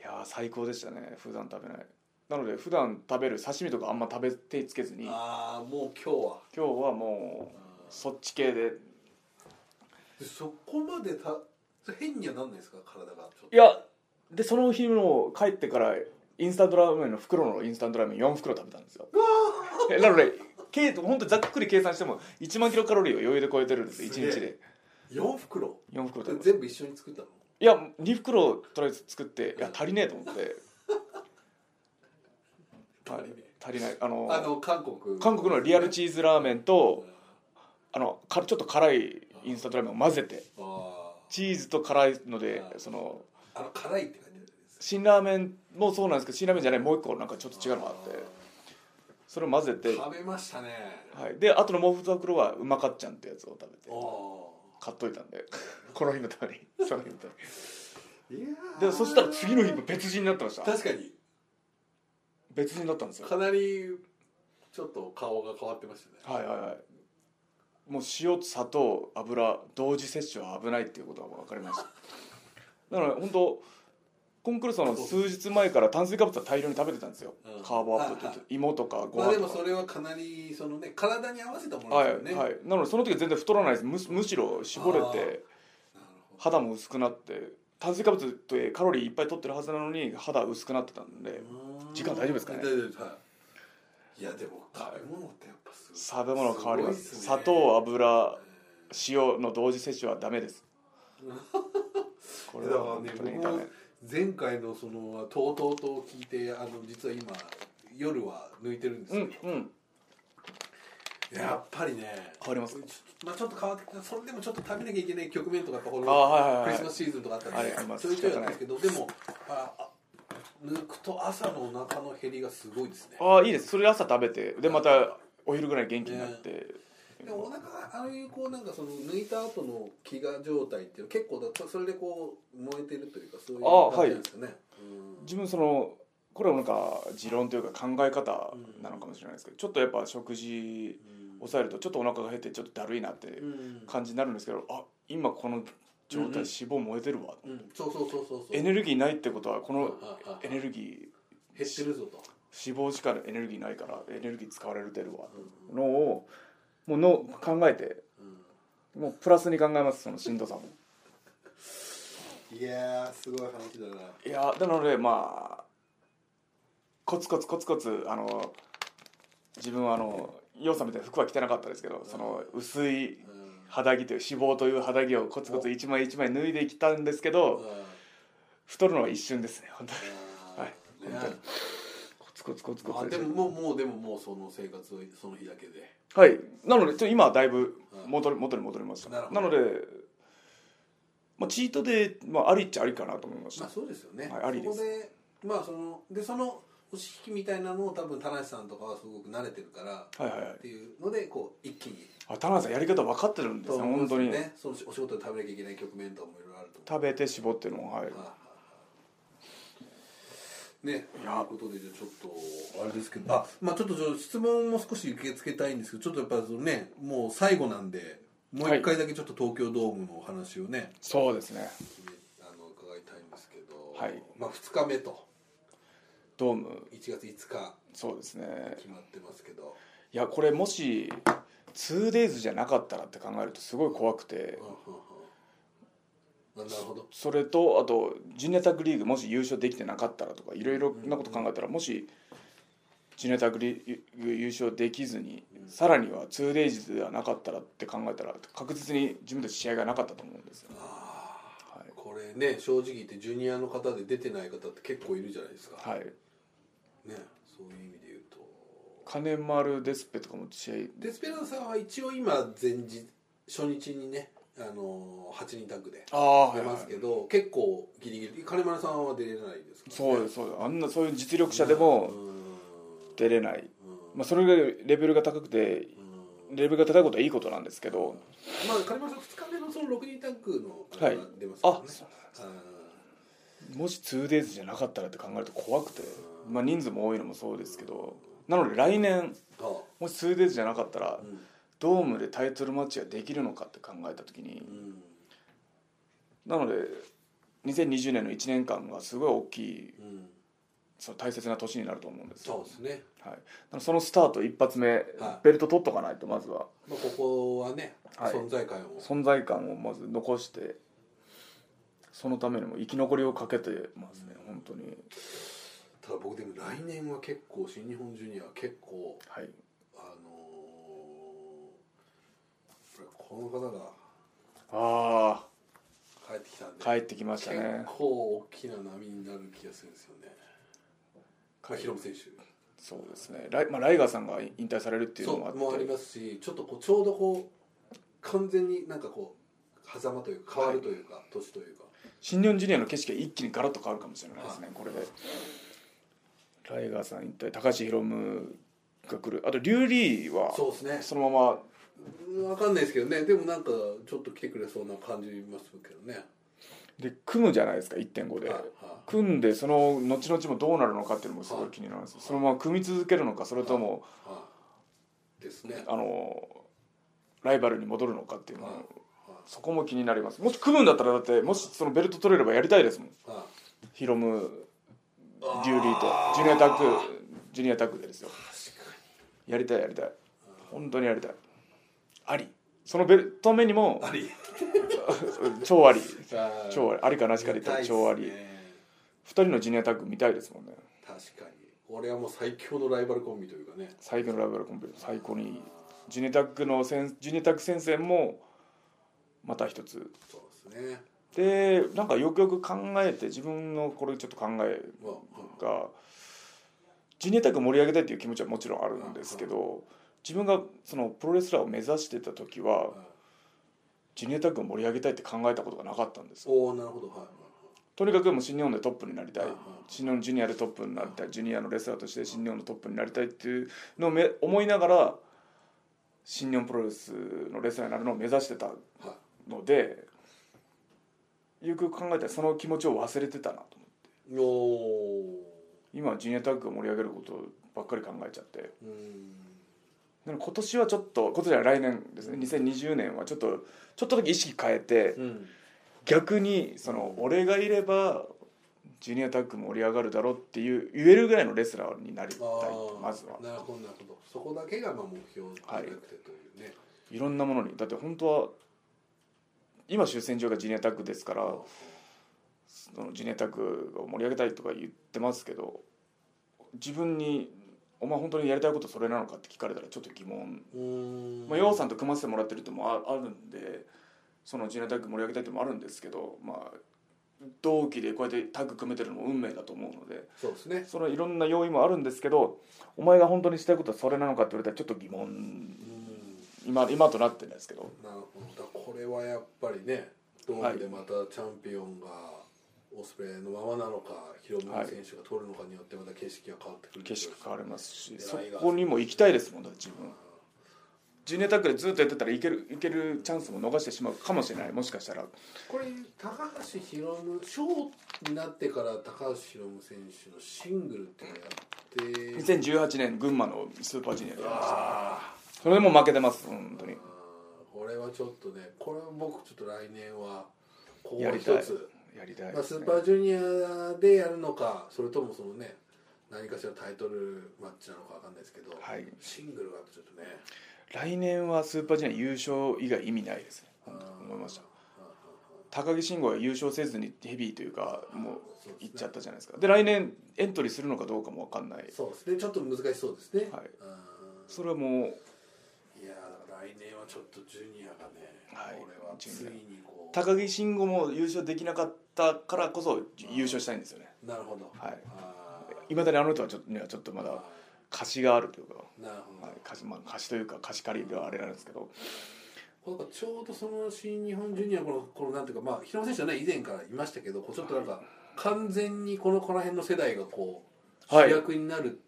いやー最高でしたね普段食べないなので普段食べる刺身とかあんま食べ手つけずに今
ああもう今日は
日はもうそっち系で
でそこまでた変にはなんないですか体がちょっと
いやでその日の帰ってからインスタントラーメンの袋のインスタントラーメン4袋食べたんですよえなので計本当ざっくり計算しても1万キロカロリーを余裕で超えてるんです
す
1
げえ
日で
4袋
4袋食べました
全部一緒に作ったの
いや2袋とりあえず作っていや足りねえと思って
足りねえ
足りないあの
あの韓国
韓国のリアル
チ
チーズラーメンと
あ
あのかちょっと辛いインスタントラーメンを混ぜて
あ
チーズと辛いので
うん
その
あの辛いって感じです
辛ラーメンもそうなんですけど辛ラーメンじゃないもう一個なんかちょっと違うのがあってそれを混ぜて、は
食べましたね
い、であとのもう2袋はうまかっちゃんってやつを食べて
おお
買っといたんで この日のた めにその日のため
ーいやー
にでそしたら次の日も別人になってました
確かに
別人だったんですよ
かなりちょっと顔が変わってましたね
はいはいはいもう塩と砂糖油同時摂取は危ないっていうことが分かりま しただから本当コンクルーさんの数日前から炭水化物は大量に食べてたんですよ、
うん
カーボアップと、
はいはい
芋とかご
まあ
飯
で
と
も
か、
それはかなりそのね体に合わせたもの
は
で
い
すよね、
は
ない
なのでその時は全然太らないですむしむしろ絞れ
あー
て
るほど
肌も薄くなって炭水化物ってカロリーいっぱい取ってるはずなのに肌薄くなってたんで時間大丈夫ですかね
大丈夫ですはいいやでも食べ物ってやっぱすごい
食べ物変わります
ごいっね
砂糖油塩の同時摂取はダメです これ
だから
は
ね
本当
僕
にダ
も
メ
前回のそのとうとうと聞いてあの実は今夜は抜いてるんです
う
け
ん
ど、
うん
やっぱりね
変わります
ちょ,、まあ、ちょっと変わってきたそれでもちょっと食べなきゃいけない局面とかやっぱこ
あ
の
はいはいは
クリ
い
スマスシーズンとかあった
あ
んで
ります
ちょいちょいあったんですけどでもああ抜くと朝のお腹の減りがすごいですね
ああいいですそれ朝食べてでまたお昼ぐらい元気になって、
でもお腹ああいうこうなんかその抜いた後の飢餓状態っていうの結構だとそれでこう燃えてるというかそういう
あ
感じなんですかね、うん
自分そのこれはなんか持論というか考え方なのかもしれないですけどちょっとやっぱ食事抑えるとちょっとお腹が減ってちょっとだるいなって
うん
感じになるんですけどあ今この状態脂肪燃えてるわ、
うん、そうそうそうそうそう
エネルギーないってことはこの
ああ
エネルギ
減ってるぞと
ー脂肪しかエネルギーないからエネルギー使われてるわのをもうの考えて
う
もうプラスに考えますそのしんどさも
ん、いやーすごい話だない
やなのでまあコツコツコツコツあの自分はあの洋さんみたいな服は着てなかったですけどその薄い
うん
肌着という脂肪という肌着をコツコツ一枚一枚脱いできたんですけど太るのは一瞬ですね本当にはい
ね
本当にコツコツコツコ
あ
ツ
でももうもうでももうその生活をその日だけで
はいなのでちょっと今はだいぶ
うん
元に元に戻りました
なる
な
ほど
ので、まあ、チートで、まあ、ありっちゃありかなと思いまし
まあ
た
そうですよね、
はいありです
そこでまあそのでその押し引きみたいなのを多分田無さんとかはすごく慣れてるから
はいはいはい
っていうのでこう一気に
あ田辺さんやり方分かってるんですよ本当に、
ねそのお仕事で食べなきゃいけない局面とかもいろいろあると思
食
う
べて絞ってのはい
はいはいはいね、ということでじゃあちょっとあれですけどあ、まあ、ちょっとちょ質問も少し受け付けたいんですけどちょっとやっぱりそのねもう最後なんでもう一回だけちょっと東京ドームのお話をね、
そうですね
あの伺いたいんですけど、
はい
まあ、2日目と
ドーム
1月5日
そうですね
決まってますけど、
いやこれもし 2days じゃなかったらって考えるとすごい怖くて
うんうんうん、ななるほど
それとあとジュネタグリーグもし優勝できてなかったらとかいろいろなこと考えたらもしジュネタグリーグ優勝できずにさらには 2days ではなかったらって考えたら確実に自分たち試合がなかったと思うんですよ、はい
これね正直言ってジュニアの方で出てない方って結構いるじゃないですか、
はい、
ね、そういう意味で言うと
金丸デスペとかも試合
デスペラードさんは一応今前日初日にね、あのー、8人タッグで
ああは
出
いは
ま
い
すけど、結構ギリギリ金丸さんは出れないですから、
そうですそうですあんなそういう実力者でも
うん
出れない、
うん
まあ、それぐらいレベルが高くてレベルが高いことはいいことなんですけど
まあ金丸さん2日目のその6人タッグのあ
はい
れが出ますからね
あ、そう
うん
もし 2days じゃなかったらって考えると怖くて、まあ、人数も多いのもそうですけどなので来年
あ
もし 2days じゃなかったら
うん
ドームでタイトルマッチができるのかって考えた時に
うん
なので2020年の1年間がすごい大きい
うん
その大切な年になると思うんですよ
そうですね、
はい、だからそのスタート一発目
はい
ベルト取っとかないとまずは
まあ、ここはね、
はい
存在感を
存在感をまず残してそのためにも生き残りをかけてますね本当に
ただ僕でも来年は結構新日本ジュニアは結構
はい
あのーこの方が
あ
帰ってきたんで
あ帰ってきました
結
ね
構大きな波になる気がするんですよねまあヒロム選手
そうですねライ,、まあ、ライガーさんが引退されるっていう
そ
のもあっ
う
て
もうありますしちょっとこうちょうどこう完全になんかこう狭間というか変わるというか、年というか
新日本ジュニアの景色が一気にガラッと変わるかもしれないですねこれでライガーさん引退高橋宏夢が来るあとリュウリーは
そうですね
そのまま
分かんないですけどねでもなんかちょっと来てくれそうな感じますけどね
で組むじゃないですか1.5で、
はいはい
組んでその後々もどうなるのかっていうのもすごい気になるんですよそのまま組み続けるのかそれとも
はいですね
あのライバルに戻るのかっていうの
はい
もそこも気になりますもし組むんだったらだってもしそのベルト取れればやりたいですもん
はい
ヒロムデューリーとジュニアタッグジュニアタッグでですよ
確か
やりたいやりたい本当にやりたいありそのベルト目にも
にあり
超あり
あー
超ありありかなしかで言ったら超あ
見
り
たいっすね
2人のジュニアタッグ見たいですもんね
確かに俺はもう最強のライバルコンビというかね
最強のライバルコンビ最高にいいジュニアタッグの戦ジュニアタッグ戦線もまた一つ
そうですね
でなんかよくよく考えて自分のこれちょっと考え
まあ
がジュニアタッグ盛り上げたいっていう気持ちはもちろんあるんですけど自分がそのプロレスラーを目指してた時は
うん
ジュニアタッグを盛り上げたいって考えたことがなかったんです
おおなるほどはい
とにかくもう新日本でトップになりたい
うんうん
新日本ジュニアでトップになりたいジュニアのレスラーとして新日本のトップになりたいっていうのをめ思いながら新日本プロレスのレスラーになるのを目指してた
はい
のでよくよく考えたらその気持ちを忘れてたなと思って
おお
今はジュニアタッグを盛り上げることばっかり考えちゃって
ーうーん
なので今年はちょっと今年じゃない来年ですね2020年はちょっとちょっとだけ意識変えて
うん
逆にその俺がいればジュニアタッグ盛り上がるだろうっていう言えるぐらいのレスラーになりたい
あ
まずは
あなるほどなるほどそこだけがまあ目標じゃなくてというね
いろんなものにだって本当は今主戦場がジュニアタッグですからそのジュニアタッグを盛り上げたいとか言ってますけど自分に「お前本当にやりたいことそれなのか?」って聞かれたらちょっと疑問
うーん
まあ、洋さんと組ませてもらってるってのもああるんでそのジュニアタッグ盛り上げたいってのもあるんですけど、まあ、同期でこうやってタッグ組めてるのも運命だと思うので
そうですね
そのいろんな要因もあるんですけどお前が本当にしたいことはそれなのかって言われたらちょっと疑問
うーん
今今となってないですけど
なるほどだからこれはやっぱりねドームでまたチャンピオンがオスプレイのままなのかヒロム選手が取るのかによってまた景色が変わってくる
景色変わりますし
い
そこにも行きたいですもんだって自分ジュニアタックでずっとやってたらいけるいけるチャンスも逃してしまうかもしれないもしかしたら
これ高橋宏夢ショーになってから高橋宏夢選手のシングルっていうのやって
2018年群馬のスーパージュニアでやりました
あー
それでも負けてます本当に
あーこれはちょっとねこれは僕ちょっと来年はここ
や
は
り
一
たい
つ、
やりたい
まあ、
で
ス
す
ー
ね
パージュニアでやるのかそれともそのね何かしらタイトルマッチなのかわかんないですけど、
はい
シングルはちょっとね
来年はスーパージュニア優勝以外意味ないですね本当に思いました高木慎吾は優勝せずにヘビーというかもう
そうですね
行っちゃったじゃないですかで来年エントリーするのかどうかも分かんない
そうですねちょっと難しそうですね、
はい
うん
それはもう
いやーだから来年はちょっとジュニアがね、
はい
これはつ
ジュニア
いにこう
高木慎吾も優勝できなかったからこそ優勝したいんですよね
なるほど
はい
あー
いまだにあの人はちょっとにはちょっとまだ貸しがあるというか、
なるほど、
はい、貸しまあ貸しというか貸し借りではあれなんですけど
なんかちょうどその新日本ジュニアこのこのなんていうかまあ広野選手はね以前からいましたけどこうちょっとなんか完全にこのこの辺の世代がこう
はい
主役になる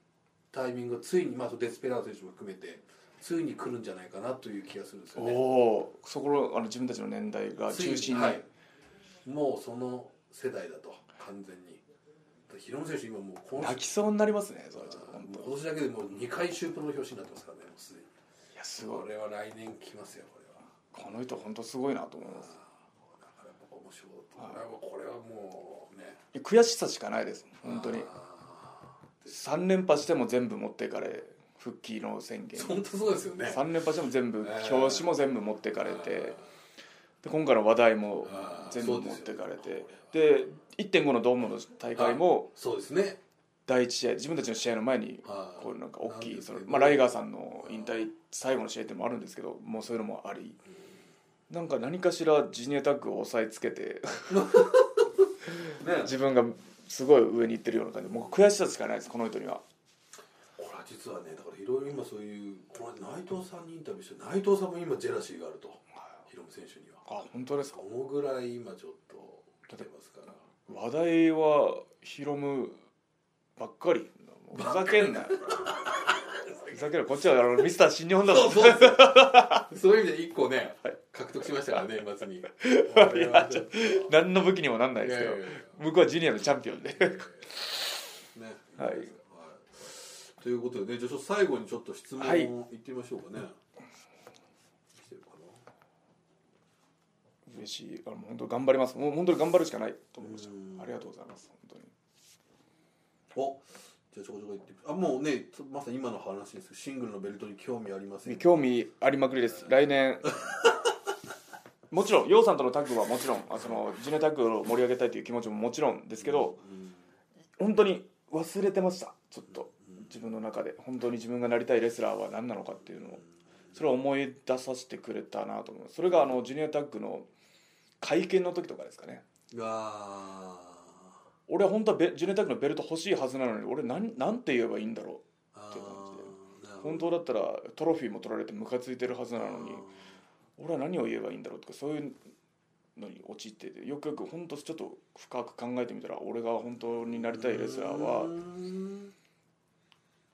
タイミングがついにまああとデスペラード選手も含めてついに来るんじゃないかなという気がするんです
お
よね。
おーそこのあの自分たちの年代が
ついに
中心に
はい、もうその世代だと完全に。だから広野選手今もう今
泣きそうになりますねそれはちょっと本当
今年だけでもう2回シュープロの表紙になってますからねもうすでに
いやすごい
これは来年来ますよこれは
この人本当すごいなと思いま
あ
す
ーだからやっぱ面白いとこれはもうこれはもうね
悔しさしかないです本当に
あ
3連覇しても全部持っていかれ復帰の宣言
ー本当そうですよね
3連覇しても全部
えー
表紙も全部持ってかれてで今回の話題も
あー
全
そ
部
うで
持っ
すよ
てかれてで1.5のドームの大会も
そうですね
第1試合自分たちの試合の前に
はい
こういうなんか大き
なん
い
です
そ
けど
のまあライガーさんの引退最後の試合っていうのもあるんですけどもうそういうのもありなんか何かしらジュニアタッグを押さえつけて
ね
自分がすごい上に行ってるような感じもう悔しさしかないですこの人には
これは実はねだからいろいろ今そういうこの間内藤さんにインタビューして内藤さんも今ジェラシーがあるとヒロム選手には
あ本当ですか
そのぐらい今ちょっと来てますから
話題はヒロムばっかりふざけん なよふざけんなこっちはあのミスター新日本だぞ
そうそうですよそういう意味で一個ね
はい
獲得しましたからね年 末に
いやちょっ と 何の武器にもなんないですけど
いやいやいや
向こうはジュニアのチャンピオンで
ね、
はい
ということでねじゃあちょっと最後にちょっと質問
はい
を言ってみましょうかね、来てるかな
嬉しいあの本当頑張りますもう本当に頑張るしかないと思いまし
うん
たありがとうございます本
おじゃあちょこちょこ言ってみあもうねまさに今の話ですけどシングルのベルトに興味ありま
当
せん
に興味ありまくりです来 年もちろん楊さんとのタッグはもちろんあそのジュニアタッグを盛り上げたいという気持ちももちろんですけど
うん
本当に忘れてましたちょっと自分の中で本当に自分がなりたいレスラーは何なのかっていうのをそれを思い出させてくれたなと思うそれがあのジュニアタッグの会見の時とかですかね
あ
俺は本当はベジュニアタッグのベルト欲しいはずなのに俺何なんて言えばいいんだろ
ーあ
っていう感
ーな
う
るほ
本
ど
当だったらトロフィーも取られてムカついてるはずなのに俺は何を言えばいいんだろうとかそういうのに陥っててよくよく本当ちょっと深く考えてみたら俺が本当になりたいレスラーは
うーん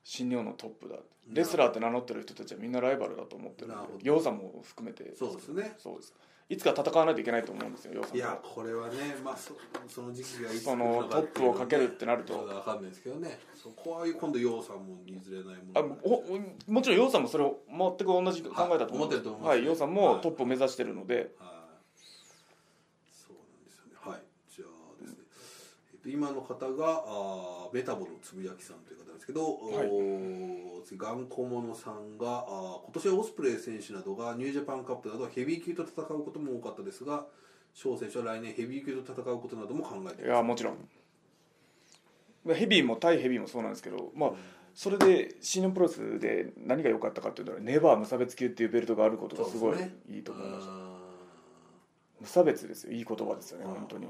新日本のトップだ
ど
レスラーって名乗ってる人たちはみんなライバルだと思ってる
なるほど
んで洋さんも含めて
そうですね
そうですいつか戦わないといけないと思うんですよ洋さんと
いやこれはね、まあ、そその時期がいつ
その
来るかっていう
トップを
はね
かけるってなると
まだわかんないですけどねそこは今度楊さんも譲れないもの
あおもちろん洋さんもそれを全く同じ考えだと思
思
う
ってると思います
はい洋さんもトップを
は
目
い
指してるので
はいそうなんですよねはいじゃあですね、えっと今の方があーメタボのつぶやきさんという方なんですけど、
はい
おー次頑固者さんがあー今年はオスプレイ選手などがニュージャパンカップなどヘビー級と戦うことも多かったですが翔選手は来年ヘビー級と戦うことなども考えて
い
います
やもちろんヘビーも対ヘビーもそうなんですけどまあそれで新日本プロレスで何が良かったかっていうとネバー無差別級っていうベルトがあることがすごい
そうですね
いいと思いました
あ
無差別ですよいい言葉ですよね
ー
本当に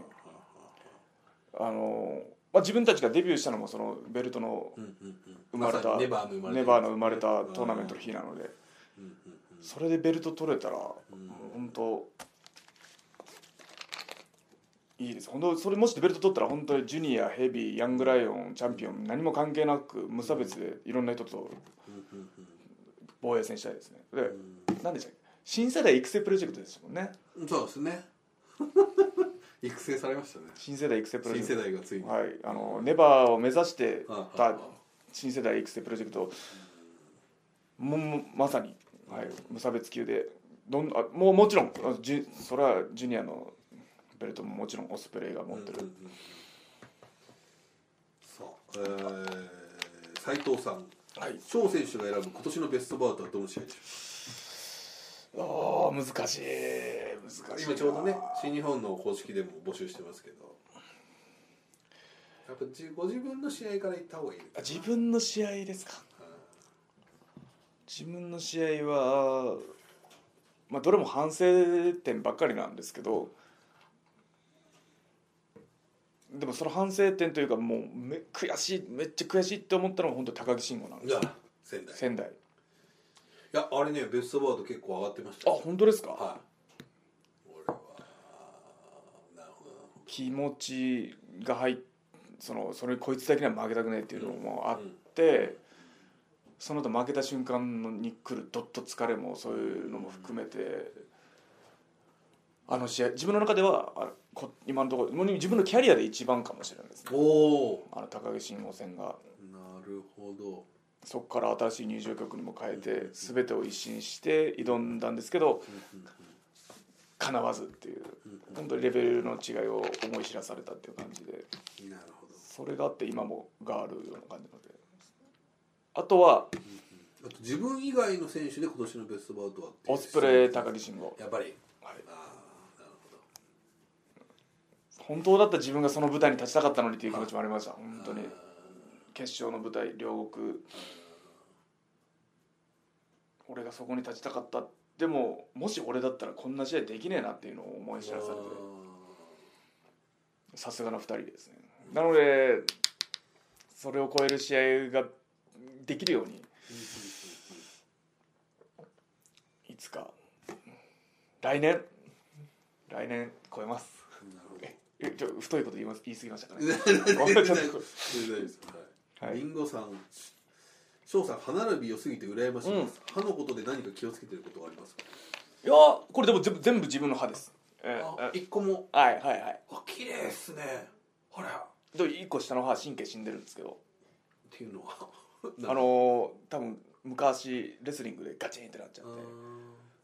あ
あの、まあ、自分たちがデビューしたのもそのベルトの
ーうんうんうん
生まれ
さ
た
にネバーの生まれた
ネバーの生まれたトーナメントの日なので
うんうんうん
それでベルト取れたらも
うん
う本当いいです本当それもしベルト取ったら本当にジュニアヘビーヤングライオンチャンピオン何も関係なく無差別でいろんな人と
うんうんうん
防衛戦したいですねで
うん
何でしたっけ新世代育成プロジェクトですもんね
そうですね 育成されましたね
新世代育成プロジ
新
ェク
世代がついに、
トはいあのネバーを目指して
はいはい
た
はい
新世代育成プロジェクトももまさに、はい、無差別級でどんあもうもちろんあジュそれはジュニアのベルトももちろんオスプレイが持ってる、
うんうんうんさあ、えー、斉藤さん
はい
翔選手が選ぶ今年のベストバウトはどの試合でしょ
あー難しい難
う
しいな
今ちょうどね新日本の公式でも募集してますけどやっぱじご自分の試合から行った方がいい
あ自分の試合ですか自分の試合はまあどれも反省点ばっかりなんですけどでもその反省点というかもうめ悔しいめっちゃ悔しいって思ったのが本当高木慎吾なんです
じゃあ仙台い
仙台あ
やあれねベストバウト結構上がってましたよ
本当ですか
はい俺はなるほどな
気持ちが入っそのそれにこいつだけには負けたくないっていうのもあって、その後負けた瞬間のに来るどっと疲れもそういうのも含めて、あの試合自分の中ではあこ今のところもう自分のキャリアで一番かもしれないですね
おお
あの高木慎吾戦が
なるほど
そこから新しい入場曲にも変えて全てを一新して挑んだんですけどかなわずっていう本当にレベルの違いを思い知らされたっていう感じで。
なるほど
それがあって今もがあるような感じなのであとは
あと自分以外の選手で今年のベストバウトはってい
オ
う
スプレイ高木慎吾
やっぱり
はい
ああなるほど
本当だったら自分がその舞台に立ちたかったのにっていう気持ちもありました本当に
あ
決勝の舞台両国俺がそこに立ちたかったでももし俺だったらこんな試合できねえなっていうのを思い
ー
知らされて
あ
さすがの2人ですねなのでそれを超える試合ができるように
ー
いつか来年来年超えます
なるほど
えちょ太いこと言います言い過ぎましたかね
大
ごめんち
丈
ょ
夫
っ
です
はい
リンゴさん翔さん歯並び良すぎて羨ましいです、歯のことで何か気をつけてることはありますか
いやーこれでも全部全部自分の歯です、えー
あ
え
一個も
ーはいはいはい
あ綺麗っすねあらっ
で一個下の歯神経死んでるんですけど
ていうのは
あのー、多分昔レスリングでガチンってなっちゃっ
う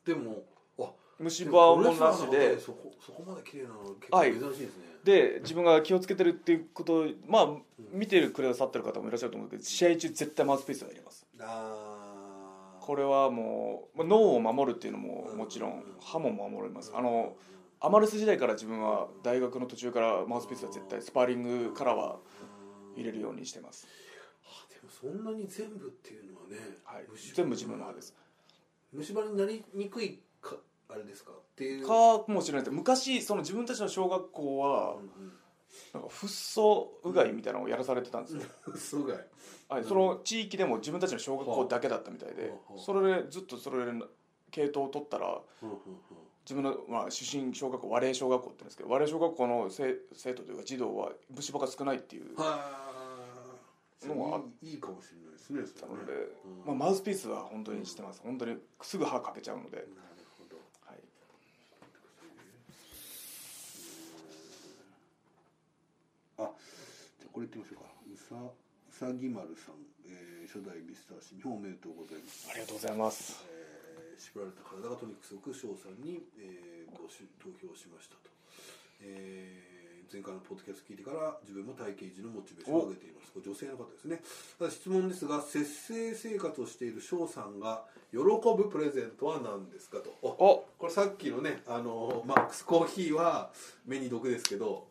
て
んでもあ
虫歯もなし
プロレスラーの方
で
そこそこまで綺麗なの結
はい
構珍しいですね、
で自分が気をつけてるっていうことをまあ見てるくださってる方もいらっしゃると思うけど試合中絶対マウスピースは入れます
あー
これはもうまあ脳を守るっていうのももちろん歯も守れますあのアマルス時代から自分は大学の途中からマウスピースは絶対スパーリングからは入れるようにしてます、
あでもそんなに全部っていうのはね、
はい
虫、歯
全部自分の歯です
虫歯になりにくいかあれですかっていう
かもしれないです昔その自分たちの小学校はなんかフッ素うがいみたいなのをやらされてたんですよ、
嘘がい
はい、その地域でも自分たちの小学校だけだったみたいで
はあはあ
それでずっとそれで系統を取ったら
うんうん
自分の、まあ、出身小学校和礼小学校って言うんですけど和礼小学校の生生徒というか児童は虫歯が少ないっていう
うんはあ
のもあ
いいいいかもしれないですねそ
な
れ
の
ね
で、
うん
まあ、マウスピースは本当にしてます本当にすぐ歯かけちゃうので、
なるほど
はい、
じゃあこれいってみましょうかうさうさぎ丸さん、えー、初代ミスター新日本おめでとうございます
ありがとうございます
えー縛られた体がとにかくすごく翔さんに、えーごし投票しましたと、えー前回のポッドキャスト聞いてから自分も体型維持のモチベーションを上げていますこれ女性の方ですねただ質問ですが節制生活をしている翔さんが喜ぶプレゼントは何ですかとお
お
これさっきのねあのーマックスコーヒーは目に毒ですけど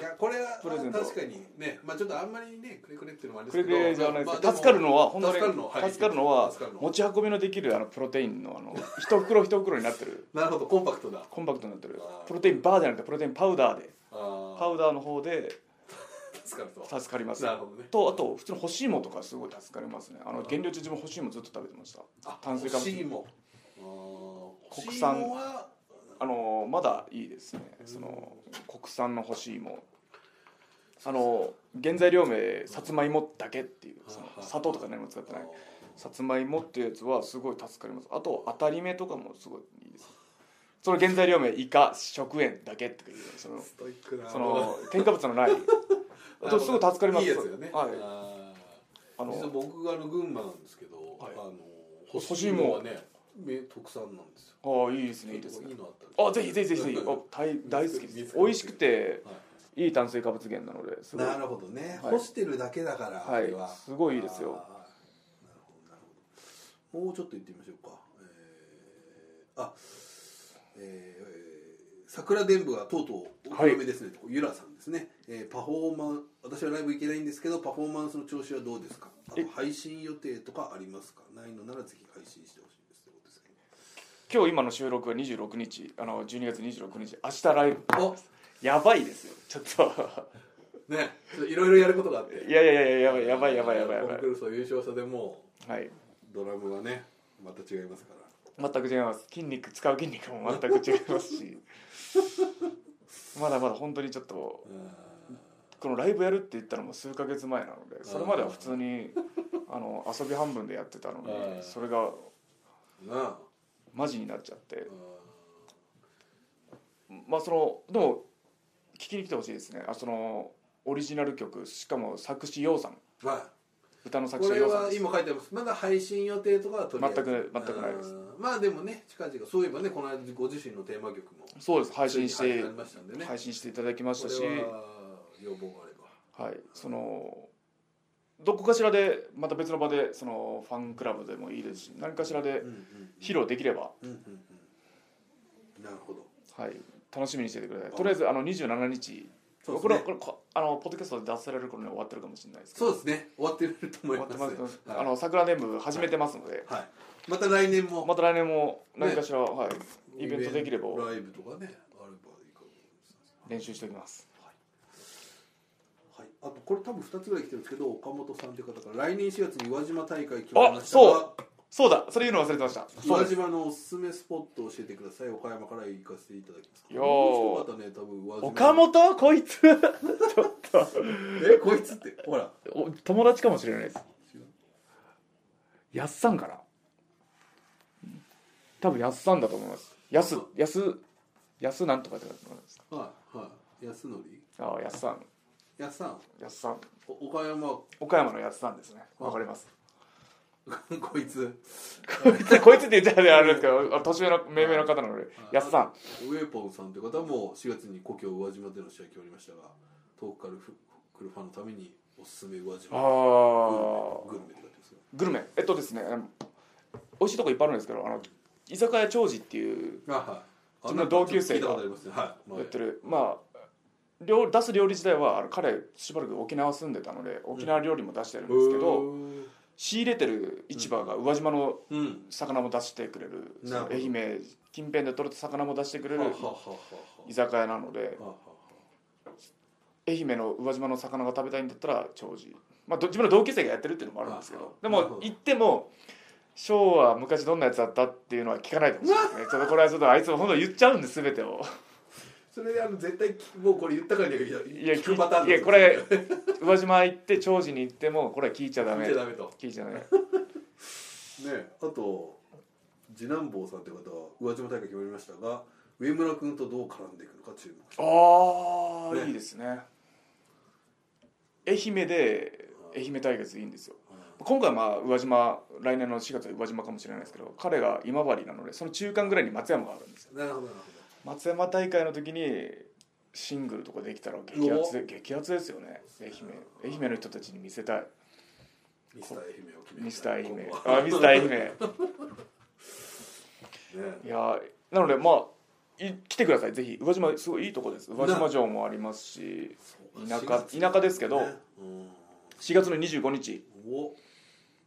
いやこれは
プレゼント
確かにね、まあ、ちょっとあんまりねくれくれっていうのもあれで
くれ
すけ
く
ど
れじゃないで
ますあ
けど
でも
助かるのは本当に
助かるのはい
助かるのは
助かるの
持ち運びのできるあのプロテインのあの一袋一袋になってる
なるほどコンパクトだ
コンパクトになってる
あー
プロテインバーじゃなくてプロテインパウダーでパ
あ
ウダーの方で
あ助かると
助かります
なるほどね
とあと普通の干し芋とかすごい助かりますねあの減量中自分干し芋ずっと食べてました炭水化
欲しい
物
もあー
国産
欲しいもは
あのまだいいですねその国産の干し芋あの原材料名さつまいもだけっていうその
はは
砂糖とか何も使ってない
あ
さつまいもっていうやつはすごい助かりますあと当たり目とかもすごいいいですその原材料名イカ食塩だけとかいうその
ストイッ クな
その添加物のないあとすごい助かります
いいやつよね
はい
あ
あ
ー実は
の
僕があの群馬なんですけど、
はい
あの
干
干
し
し
芋
芋はねめ特産なんですよ
ああいいですねいいですね
いいのあったら
あぜひぜひ ぜひぜひあ大大好き
見
で
つ
す
け
美味しくて
はい
いい炭水化物源なのですごい
なるほどね、
はい
干してるだけだから、
はい
あれは
すごいいいですよ
あーなるほどなるほどもうちょっと行ってみましょうかえー、あえー、桜伝舞はとうとうお披露目ですね、ゆらさんですね、えー、パフォーマン私はライブ行けないんですけどパフォーマンスの調子はどうですかあ
え
と配信予定とかありますかないのならぜひ配信してほしいですということですけど
今日今の収録は26日あの12月26日明日ライブ
お
やばいですよちょっと
ねちょっといろいろやることがあって
いやいやいややばいやばいやばいやばいやば
コンクール総優勝者でも
いはい
ドラムはねまた違いますから
全く違います筋肉使う筋肉も全く違います しまだまだ本当にちょっとこのライブやるって言ったのも数ヶ月前なのでそれまでは普通にあの遊び半分でやってたの
う
に
ん
それが
なあ
マジになっちゃってまあそのでも聞きに来てほしいですねあそのオリジナル曲しかも作詞洋さん
は
歌の
い、
作
こ
詞
れ
洋さん
は
です
今書いてありますまだ配信予定とかは取り
全く全くないです
まあでもね近々そういえばねこの間ご自身のテーマ曲も
そうです配信し
ついに
て
始まりましたんでね
配信していただきまし
こ
たし
れは要望があれば
はい、そのどこかしらでまた別の場でそのファンクラブでもいいですし何かしらで
うんうん
披露できれば、
うんうんうんなるほど
はい、楽しみにしててください
あ
とりあえずあの27日、
そうです
これ
ね
はこれこあのポッドキャストで出される頃には終わってるかもしれないですけど
そうですね終わってると思い
終わ
ま
って
す
ますけど、
はい
あの桜ネーム始めてますので、
はい、また来年も
また来年も何かしら、はい、イベントできれば
ライブとかねあればいいかもしれない
練習しておきます
はい、あとこれ多分2つぐらい来てるんですけど岡本さんという方から来年4月に宇和島大会決まりました
あ
が
そうだそれ言うの忘れてました
宇
そう
和
です
島のおすすめスポットを教えてください岡山から行かせていただきます
よー
面白かったね多分宇和島
岡本こいつちょっと
えこいつってほら
お友達かもしれないですやっさんかな多分やっさんだと思いますやすやすやすなんとかって思います
はいはい安則
ああやっさん
安さん
やっさん
お岡山
岡山のやっさんですねわかります
こいつ
こいつこいつって言っちゃうあれですけどあ年上の命名の方なのでやっさん
ウェポンさんという方も4月に故郷宇和島での試合決まりましたが遠くからふ来るファンのためにおすすめ宇和
あ
島
あ
グルメって書いてますよ
グルメえっとですねあの美味しいとこいっぱいあるんですけどあの居酒屋長治っていう
あはい
自分の同級生が
聞いたことありますねはい前
やってるまあ料出す料理自体はあの彼しばらく沖縄住んでたので沖縄料理も出してるんですけど、仕入れてる市場が宇和島の
うん
魚も出してくれる、
なるほど
愛媛近辺で取れた魚も出してくれ
は
る
ははは
居酒屋なので
はは
愛媛の宇和島の魚が食べたいんだったら長寿まあど自分の同級生がやってるっていうのもあるんですけ
は
ど
い
で
なるほ
も
ど
行っても昭和昔どんなやつだったっていうのは聞かないでほしい ですねちょっとこれはちょっとあいつも本当言っちゃうんです全てを
それであの絶対聞もうこれ言ったからにはい
や
聞
聞
くパターン
いやこれ宇和島行って長寿に行ってもこれは聞いちゃダ
ダメ
メ
じゃダメと
聞いちゃダメ
ねあと次男坊さんという方は宇和島大会決まりましたが上村君とどう絡んでいくのか注目
ああ、
ね
いいですね愛媛で愛媛対決いいんですよ今回はまあ宇和島来年の4月は宇和島かもしれないですけど彼が今治なのでその中間ぐらいに松山があるんですよ
なるほどなる
松山大会の時にシングルとかできたら激アツで激アツですよね愛媛愛媛の人たちに見せたい
ほどミスター愛媛を決め
ミスター愛媛
今後は
あミスター愛媛
ね
いやーなのでまあい来てくださいぜひ宇和島すごいいいとこです宇和島城もありますし田舎田舎ですけど
ねうん
4月の25日
おこ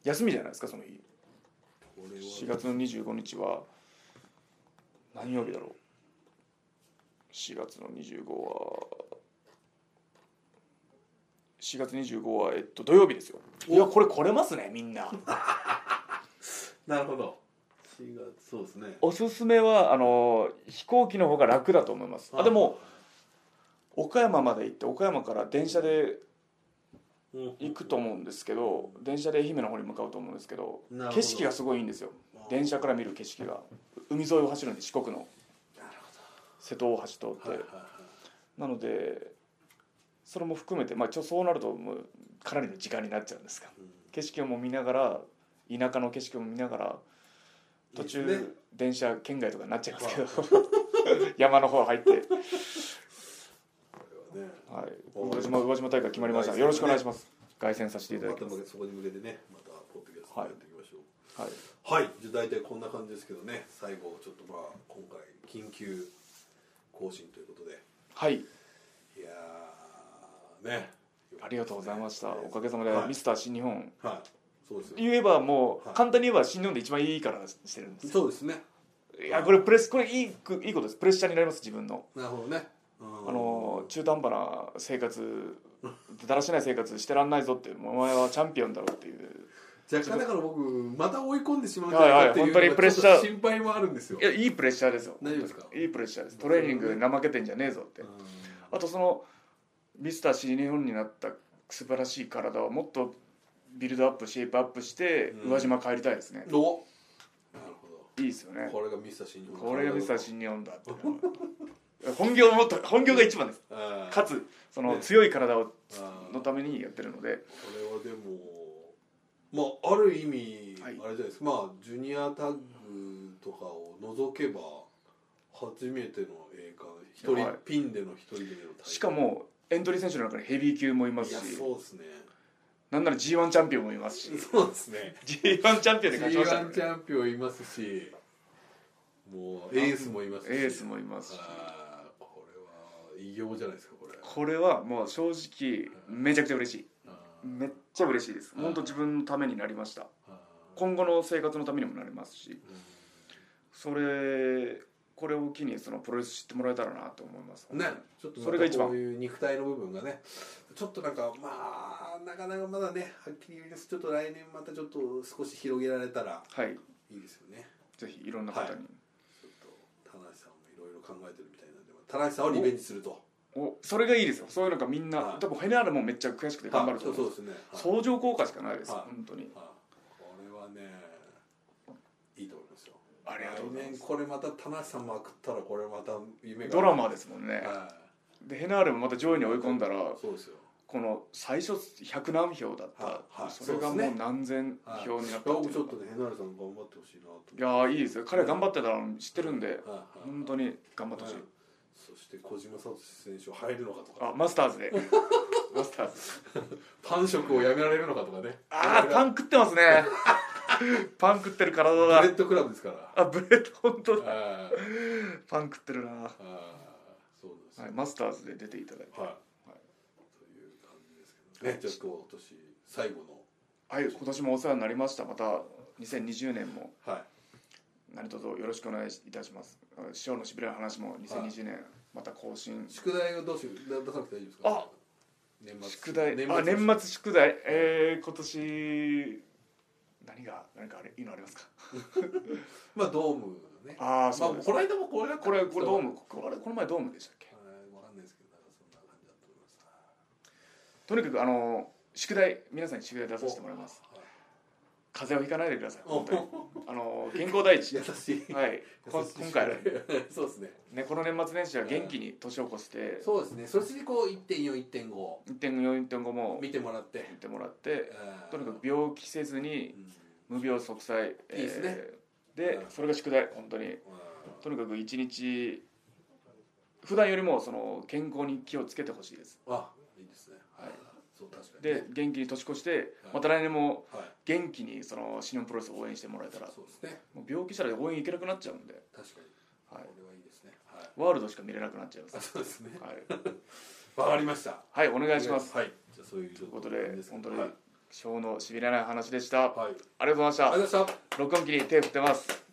休みじゃないですかその日
れ
4
は
月の25日は何曜日だろう4月の25は4月25はえっと土曜日ですよ
お
いやこれ来れますねみんな
なるほど4月そうですね
おすすめはあの飛行機の方が楽だと思いますあでも岡山まで行って岡山から電車で行くと思うんですけど電車で愛媛の方に向かうと思うんですけど
なるほ
景
ど
色がすごいいいんですよ電車から見る景色が海沿いを走るんで四国の
なるほ
瀬戸大橋通
ど
っ
はい
て
はいはい
なのでそれも含めてまあちょそうなるともうかなりの時間になっちゃうんですが
うん
景色をも見ながら田舎の景色を見ながら途
いいですね
中電車圏外とかになっちゃいますけど 山の方入って
これは
は
ね
い宇和島宇和島大会決まりましたよろしくお願いします凱旋させていただき
ま
ます
たそこに向けてねまたポッドキャストやっていきましょう
はい
はい、じゃあ大体こんな感じですけどね最後ちょっとまあ今回緊急更新ということで
はい
いやーね
ありがとうございました。おかげさまで、
はい
ミスター新日本。
はいそうですよ
言えばもう、
はい
簡単に言えば新日本で一番いいからしてるんですよ
そうですね
いやこれプレスこれいいくいいことですプレッシャーになります自分の、
なるほどね、うん
あの中途半端な生活だらしない生活してらんないぞってお前はチャンピオンだろっていう
若干だから僕また追い込んでしまうんじゃないかっていうの
はいはい本当にプレッ
が
シ
ち
ャー
ょっと心配もあるんですよ
いやいいプレッシャーですよ
大丈夫ですか
いいプレッシャーですトレーニング怠けてんじゃねえぞって、
うん
あとそのミスター新日本になった素晴らしい体をもっとビルドアップシェイプアップして、
うん
宇和島帰りたいですね
おなるほど
いいですよね
これがミスター新日本
これがミスター新日本だ っていうのは本業もっと本業が一番です
あー
かつその
ね
強い体を
あー
のためにやってるので
これはでもまあある意味、
はい
あれじゃないですかまあジュニアタッグとかを除けば初めての栄冠一人、
はい
ピンでの一人での大会
しかもエントリー選手の中にヘビー級もいます
いや
し
そうですね
なんなら g 1チャンピオンもいます し
そうですね
g 1チャンピオンで勝ちました
G1 チ
ね
ャンピオンいますしもうエースもいますし
エースもいますし
あーこれは異様じゃないですかこれ
これはもう正直めちゃくちゃ嬉しい
あー
めっちゃ嬉しいです
うん
本当自分のためになりました
あー
今後の生活のためにもなりますしそれこれを機にそのプロレス知ってもらえたらなと思います
ね、ちょっと
それが一番
またこういう肉体の部分がねちょっとなんかまあなかなかまだねはっきり言いますちょっと来年またちょっと少し広げられたら
はい
いいですよね
ぜひいろんな方に、
はいちょっと田無さんもいろいろ考えてるみたいなんで田無さんをリベンジすると
おそれがいいですよそういうのがみんな、
はい
多分フェナーレもめっちゃ悔しくて頑張ると
そ
思
うそう
う
ですね、はい
相乗効果しかないです、
はい
本当に
はいこれはねいいと思いますよ
ありがとうございま
来
す
年これまた田無さんまくったらこれまた夢が
ドラマですもんね、
は
でヘナーレもまた上位
い
に追い込んだら、
そうですよ
この最初100何票だった、
はいはい
それが
そうで
もう
すね
何千
はい
票になった
いや
って
僕
い
ち
う
ょ
の
っ
が
とねへなるさん頑張ってほしいなと思って
いやーいいですよ彼頑張ってたの知ってるんで、
はいはい
本当に頑張ってほしい、
うんそして小島聡選手は入るのかと
あ
か
マスターズ でマスターズ
パン食をやめられるのかとかね
ああパン食ってますね パン食ってる体
ブ
だ
レッドクラブですから
あブレッド本当だ
あー
パン食ってるな、は
あーそうなんで
い、
す
マスターズで出ていただいて
よはいという感じですけどねじゃあ今日今年最後
はい、今年もお世話になりました。また2020年も
のはい
何卒よろしくお願いいたします。塩のしびれの話も2020年また更新。
宿題をどうしよう出さなくて大丈夫ですか
あ
年末
宿題、
年
あ
末
年末宿題、えー、今年何が何かあれいいのありますか。
まあドームね
ああ、
まあ
そうです。
この間もこれだった
これこれドー
は
ムこれこの前ドームでしたっけ。
いわかんないですけどなんかそんな感じだと思います
とにかくあの宿題皆さんに宿題出させてもらいます。
はい
風邪をひかないでください。
お
本当 に。あの健康第一。
優しい
はい。こ
優しい
今回は
そうですね
ねこの年末年始は元気に年を越して
そうですねそっちにこう1.41.5
1.4、1.5も
見てもらって
見てもらって
あー
とにかく病気せず
う
に
ん
無病息災
いいですね
えーで
うん
それが宿題本当にとにかく一日普段よりもその健康に気をつけてほしいです
あいいですねはいそう確かに
で
ね
元気に年越して
うん
また来年も
はい
元気にそのシノンプロレスを応援してもらえたら
そうですね
もう病気したら応援行けなくなっちゃうんで、
確かに
はい
こ、れはいいですねはい
ワールドしか見れなくなっちゃいます
あそうですね
はい、
わかりました
はい、お願いします
はいじゃあそういうと
ということで本当に
はい
ショーのしびれない話でした
はい
ありがとうございまし
ありがとうございまし
た
た
録音機に手振ってます